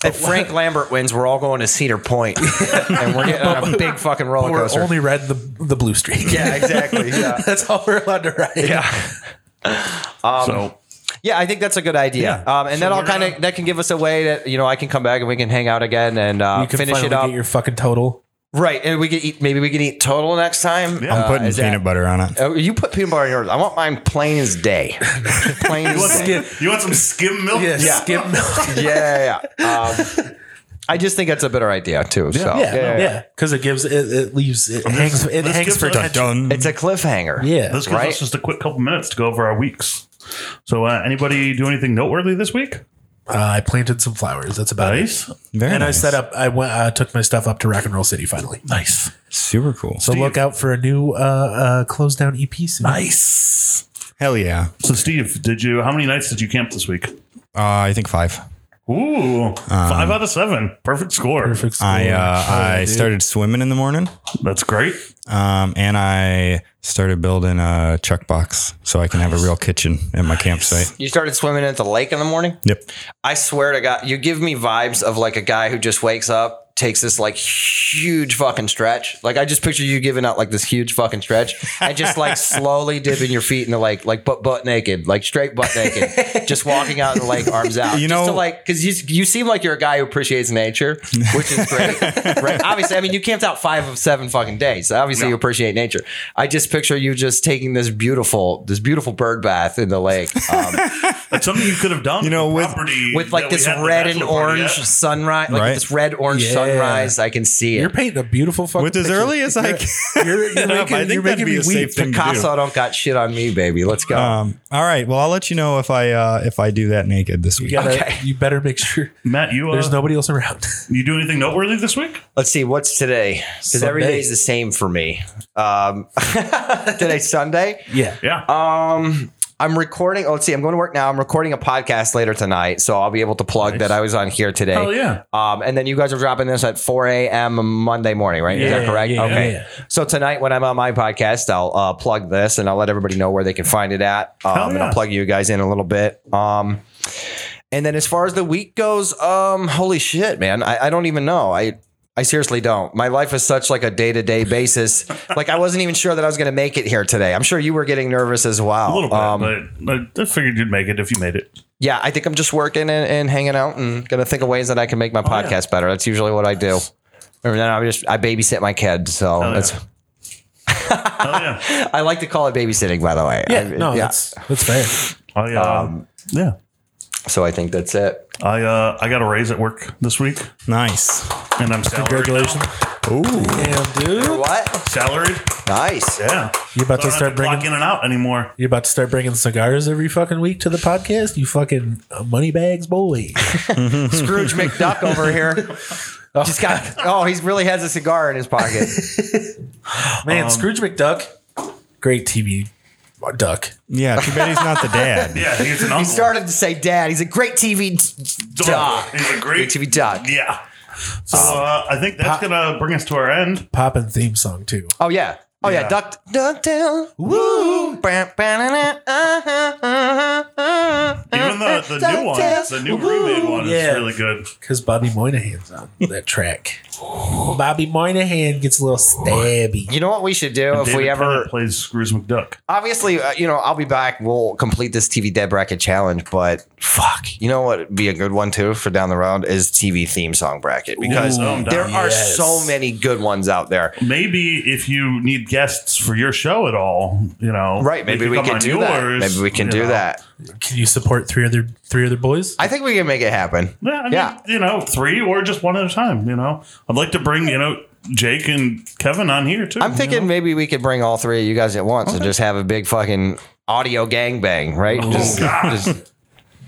F: If Frank Lambert wins, we're all going to Cedar Point, and we're getting on a big fucking roller
B: we're
F: coaster.
B: only riding the the blue streak.
F: yeah, [laughs] exactly. Yeah,
B: [laughs] that's all we're allowed to ride. Yeah, [laughs] Um,
C: so
F: yeah. I think that's a good idea.
C: Yeah.
F: Um, and
C: So
F: that all
C: we're
F: kind
C: gonna-
F: of that can give us a way that you know I can come back and we can hang out again and uh,
B: you can
F: finish
B: finally
F: it up.
B: Get your fucking total.
F: right, and we can eat. Maybe we can eat total next time.
C: Yeah. I'm
E: I'm putting
F: is
E: peanut
F: that-
E: butter on it.
F: Oh, you put peanut butter in yours. I want mine plain as day. plain
C: you want,
F: as day.
C: some, you want some skim milk?
B: Yeah, skim
F: Oh,
B: milk.
F: Yeah, yeah. yeah. Um, I just think that's a better idea too.
B: [laughs]
F: so
B: Yeah, yeah, because it gives it, it leaves it hangs it
C: this
B: hangs
C: gives
B: for
C: us-
B: attention.
F: It's a cliffhanger.
B: Yeah,
C: This gives
F: Right.
C: us just a quick couple minutes to go over our weeks. So uh, anybody do anything noteworthy this week?
B: uh, I planted some flowers. That's about it.
C: Nice.
E: Very
B: and
E: nice.
B: I set up. I went. I took my stuff up to Rock and Roll City finally. Nice.
E: Super cool.
B: So look out for a new uh, uh, closed down EP soon.
C: Nice.
E: Hell yeah.
C: So Steve, did you? How many nights did you camp this week?
E: Uh, I think five.
F: Um,
C: Ooh, five out of seven. Perfect score.
B: Perfect score.
E: I uh, I started swimming in the morning,
C: That's great.
E: um, and I started building a chuck box so I can have a real kitchen at my campsite.
F: You started swimming at the lake in the morning?
E: Yep.
F: I swear to God, you give me vibes of like a guy who just wakes up, takes this like huge fucking stretch. Like I just picture you giving out like this huge fucking stretch and
E: [laughs]
F: just like slowly dipping your feet in the lake, like butt butt naked, like straight butt naked, just walking out in the lake, arms out.
E: You
F: Just to,
E: know-
F: like because you you seem like you're a guy who appreciates nature, which is
E: [laughs]
F: great. right? Obviously, I mean you camped out five of seven fucking days. So obviously you appreciate nature. I just picture you just taking this beautiful this beautiful bird bath in the lake. Um,
C: That's something you could have done.
E: You know,
C: the
E: with-
C: property
F: with like
C: that we
F: this
C: had the
F: red and
C: bachelor party
F: orange
C: at.
F: sunrise, like
E: Right.
F: this red orange
B: Yeah.
F: sunrise. I can see
B: You're
F: it.
B: painting a beautiful fucking
E: With as
B: Oh, picture.
E: early as I
B: You're-
E: can.
B: You're,
E: [laughs]
B: you're
E: I
B: making,
E: think
B: you're
E: that'd
B: making
E: be
B: me
E: a safe
B: weep.
E: thing. to
F: Picasso
E: do.
F: don't got shit on me, baby. Let's go.
B: Uh,
E: Um, all right. Well, I'll let you know if I uh, if I do that naked this
B: You
E: week.
B: gotta.
F: Okay.
B: You better make sure
C: Matt, you uh,
B: there's nobody else around. [laughs]
C: you do anything noteworthy this week?
F: Let's see what's today because every
B: Sunday.
F: day is the same for me. Um, [laughs] today's Sunday.
B: yeah.
C: Yeah.
F: Um, I'm recording. Oh, let's see. I'm going to work now. I'm recording a podcast later tonight, so I'll be able to plug that I was on here today.
C: Hell yeah.
F: Um, and then you guys are dropping this at 4 a.m. Monday morning, right? Is that
B: Yeah,
F: correct?
B: yeah,
F: okay.
B: yeah.
F: So tonight, when I'm on my podcast, I'll uh, plug this and I'll let everybody know where they can find it at. Um,
C: Hell
F: And
C: yeah.
F: I'll plug you guys in a little bit. Um, and then as far as the week goes, um, holy shit, man, I, I don't even know. I I seriously don't. My life is such like a day to day basis. like I wasn't even sure that I was going to make it here today. I'm sure you were getting nervous as well.
C: A little bit,
F: Um,
C: but I- I figured you'd make it if you made it.
F: yeah, I think I'm just working and, and hanging out and gonna think of ways that I can make my podcast better. That's usually what I do. And then I just I babysit my kid, so
C: Hell
F: that's
C: Hell
F: [laughs]
C: yeah.
F: I like to call it babysitting, by the way.
B: Yeah,
F: I-
B: no, that's that's fair.
C: I, uh,
F: Um,
C: yeah.
F: So I think that's it.
C: I uh, I got a raise at work this week,
E: Nice.
C: and I'm salaried.
B: Congratulations.
E: Ooh.
B: Damn, dude.
F: What?
C: Salaried.
F: Nice.
C: Yeah.
B: You're about to
C: So I don't
B: start
C: have to clock
B: bringing
C: in and out anymore.
B: You're about to start bringing cigars every fucking week to the podcast. You fucking uh, money bags boy.
F: Scrooge McDuck over [laughs] here. Just got oh, he really has a cigar in his pocket.
B: [laughs] Man, Scrooge McDuck, Um, great TV duck.
E: Yeah. Too bad he's not
B: [laughs]
E: the dad.
C: Yeah, he's an uncle.
F: [laughs] He started to say dad. He's a great TV duck.
C: He's a great
F: Great TV duck.
C: [laughs] Yeah.
F: Um,
C: So uh, I think that's gonna bring us to our end.
B: Poppin' theme song too.
F: Oh yeah. Oh yeah.
C: Yeah.
F: Duck duck tail. Woo. Bam, bam, na, na, uh, uh, uh, uh.
C: Even the, the new one, the new remade one
B: Yeah.
C: is really good.
B: Because Bobby Moynihan's on that [sighs] track. Bobby Moynihan gets a little stabby.
F: You know what we should do if
C: David
F: we ever
C: Tennant plays Scrooge McDuck.
F: obviously, uh, you know, I'll be back. We'll complete this TV dead bracket challenge, but fuck, you know what would be a good one too for down the road is TV theme song bracket because
C: Ooh, I'm down.
F: there are
B: Yes.
F: so many good ones out there.
C: Maybe if you need guests for your show at all, you know,
F: Right,
C: they
F: maybe we
C: come
F: can
C: on
F: do that.
C: yours,
F: Maybe we can
C: you
F: do
C: know.
F: that.
B: Can you support three other three other boys?
F: I think we can make it happen.
C: Yeah, I mean,
F: Yeah.
C: you know, three or just one at a time. You know, I'd like to bring you know Jake and Kevin on here too.
F: I'm
C: you
F: thinking
C: know?
F: maybe we could bring all three of you guys at once and just have a big fucking audio gangbang, right?
C: Oh,
F: Just, just-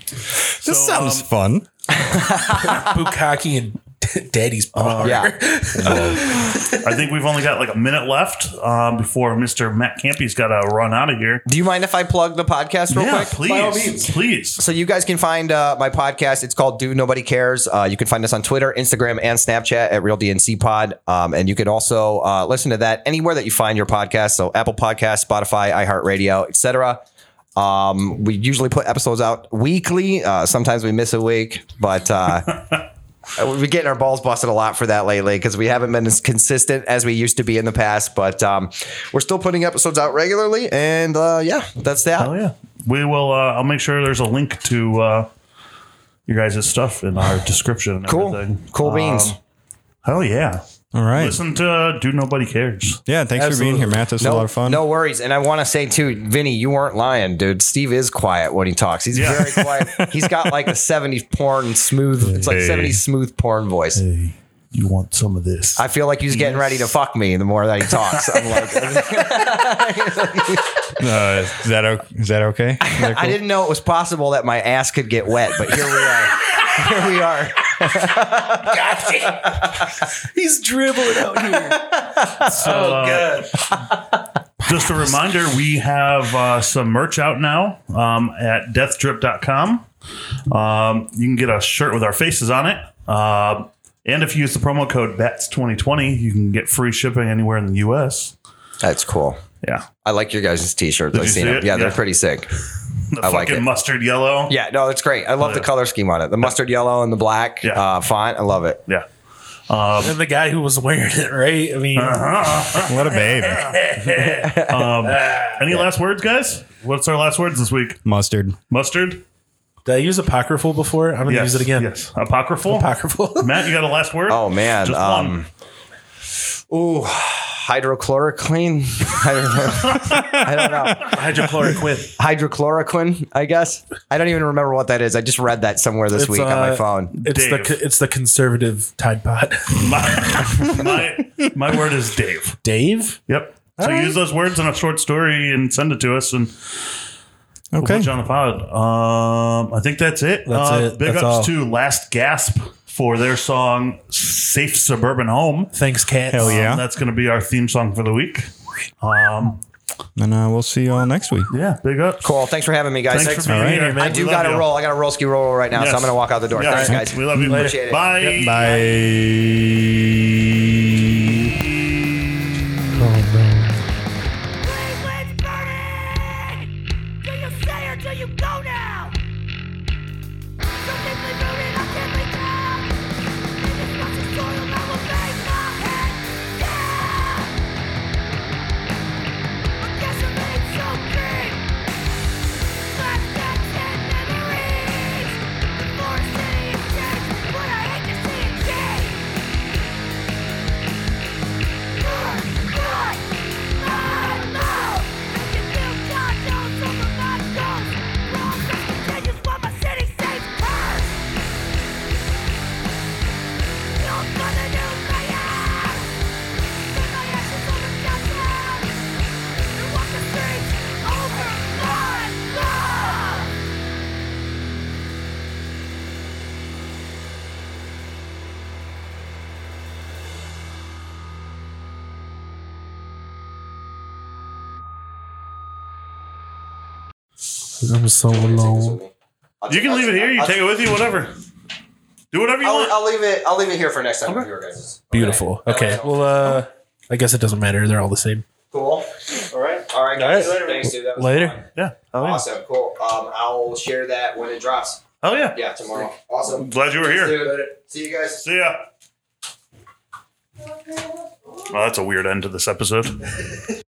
E: This
C: So,
E: sounds
C: um,
E: fun.
B: [laughs] Bukaki and [laughs] Daddy's Bar.
F: yeah.
C: I think we've only got like a minute left um, before Mr. Matt Campy's got to run out of here.
F: Do you mind if I plug the podcast real
C: Yeah,
F: quick? By all
C: please,
F: means.
C: please.
F: So you guys can find uh, my podcast. It's called Do Nobody Cares. Uh, you can find us on Twitter, Instagram, and Snapchat at Real DNC Pod. Um, and you can also uh, listen to that anywhere that you find your podcast. So Apple Podcasts, Spotify, iHeartRadio, etc. Um, we usually put episodes out weekly. Uh, sometimes we miss a week, but
C: [laughs]
F: uh, we've been getting our balls busted a lot for that lately because we haven't been as consistent as we used to be in the past. But um, we're still putting episodes out regularly, and uh, yeah, that's that.
C: Oh yeah, we will. Uh, I'll make sure there's a link to uh, your guys' stuff in our description. And
F: Cool,
C: everything.
F: cool beans.
C: Um, hell yeah!
E: All right.
C: Listen to uh, "Do Nobody Cares."
E: Yeah. Thanks for being here, Matt. This was a lot of fun.
F: No worries. And I want to say too, Vinny, you weren't lying, dude. Steve is quiet when he talks. He's
C: Yeah. [laughs]
F: very quiet. He's got like a 70s porn smooth. It's like 70s smooth porn voice.
C: You want some of this?
F: I feel like he's getting ready to fuck me the more that he talks.
E: [laughs]
F: I'm like,
E: Uh, is that o- is that okay? Is
B: [laughs]
E: that
F: [laughs] I
E: cool?
F: didn't know it was possible that my ass could get wet, but here we are. [laughs] Here we are.
B: He's dribbling out here.
C: so good. just a reminder, we have uh, some merch out now um, at deathdrip.com. Um, you can get a shirt with our faces on it. Um, and if you use the promo code BATS2020, you can get free shipping anywhere in the US.
F: That's cool.
C: Yeah.
F: I like your guys' t-shirts.
C: Did
F: I've
C: you
F: seen
C: see
F: them.
C: it?
F: Yeah, they're
C: Yeah.
F: pretty sick.
C: The
F: I
C: fucking
F: like it.
C: mustard yellow.
F: Yeah, no, it's great. I love the color scheme on it. The mustard yellow and the black
C: Yeah.
F: uh, font. I love it.
C: Yeah.
B: and the guy who was wearing it, right? I mean,
E: What a babe.
B: [laughs]
C: Any last words, guys? What's our last words this week?
E: Mustard.
C: Mustard?
B: did I use apocryphal before? I'm gonna use it again.
C: Yes. Apocryphal?
B: Apocryphal. [laughs]
C: Matt, you got a last word?
F: Oh man.
C: Just one.
F: um, Ooh, hydrochloroquine. [laughs] I don't know. I don't know.
B: Hydrochloroquine.
F: Hydrochloroquine, I guess. I don't even remember what that is. I just read that somewhere this week on my
B: uh,
F: phone.
B: It's
C: Dave.
B: the it's the conservative Tide Pod.
C: [laughs]
B: [laughs]
C: my, my, my word is Dave.
B: Dave,
C: Yep. So use those words in a short story and send it to us, and we'll
E: Okay.
C: put you on the pod. Um, I think that's it.
B: That's
C: Uh,
B: it.
C: Big
B: That's
C: ups
B: all.
C: to Last Gasp for their song "Safe Suburban Home."
B: thanks, cats.
E: Hell yeah.
C: Um, that's going to be our theme song for the week. Um,
E: And uh, we'll see you all next week.
C: yeah, big ups.
F: Cool. Thanks for having me, guys.
C: Thanks, for being
E: All right.
C: here, man.
F: I
C: We
F: do
C: love
F: got to
C: you.
F: roll. I got a roll ski roll right now,
C: Yes.
F: so I'm going to walk out the door.
C: Yes.
F: Thanks, guys.
C: We love you.
F: Appreciate it.
C: Bye.
E: Bye.
G: Cleveland's burning! Do you stay or do you go now? So deeply rooted, I can't be down. In this rusty soil, I will lay my head down. I guess it means something. Flashbacks and memories. The forest is dead, but I hate to see it change. Thank you
B: I'm so alone.
C: You can leave it here. You take it with you. Whatever. Do whatever you
F: I'll,
C: want.
F: I'll leave it. I'll leave it here for next time. with you guys.
B: Beautiful. Okay. Well, uh, I guess it doesn't matter. They're all the same.
F: Cool. oh, All right. All right, guys. Thanks, dude. That was
B: Later.
F: fun.
C: Yeah. Oh, yeah.
F: Awesome. Cool. Um, I'll share that when it drops.
C: Oh yeah.
F: Yeah, tomorrow. Awesome.
C: Glad you were
F: Thanks,
C: here.
F: dude. See you guys.
C: See ya. Well, that's a weird end to this episode.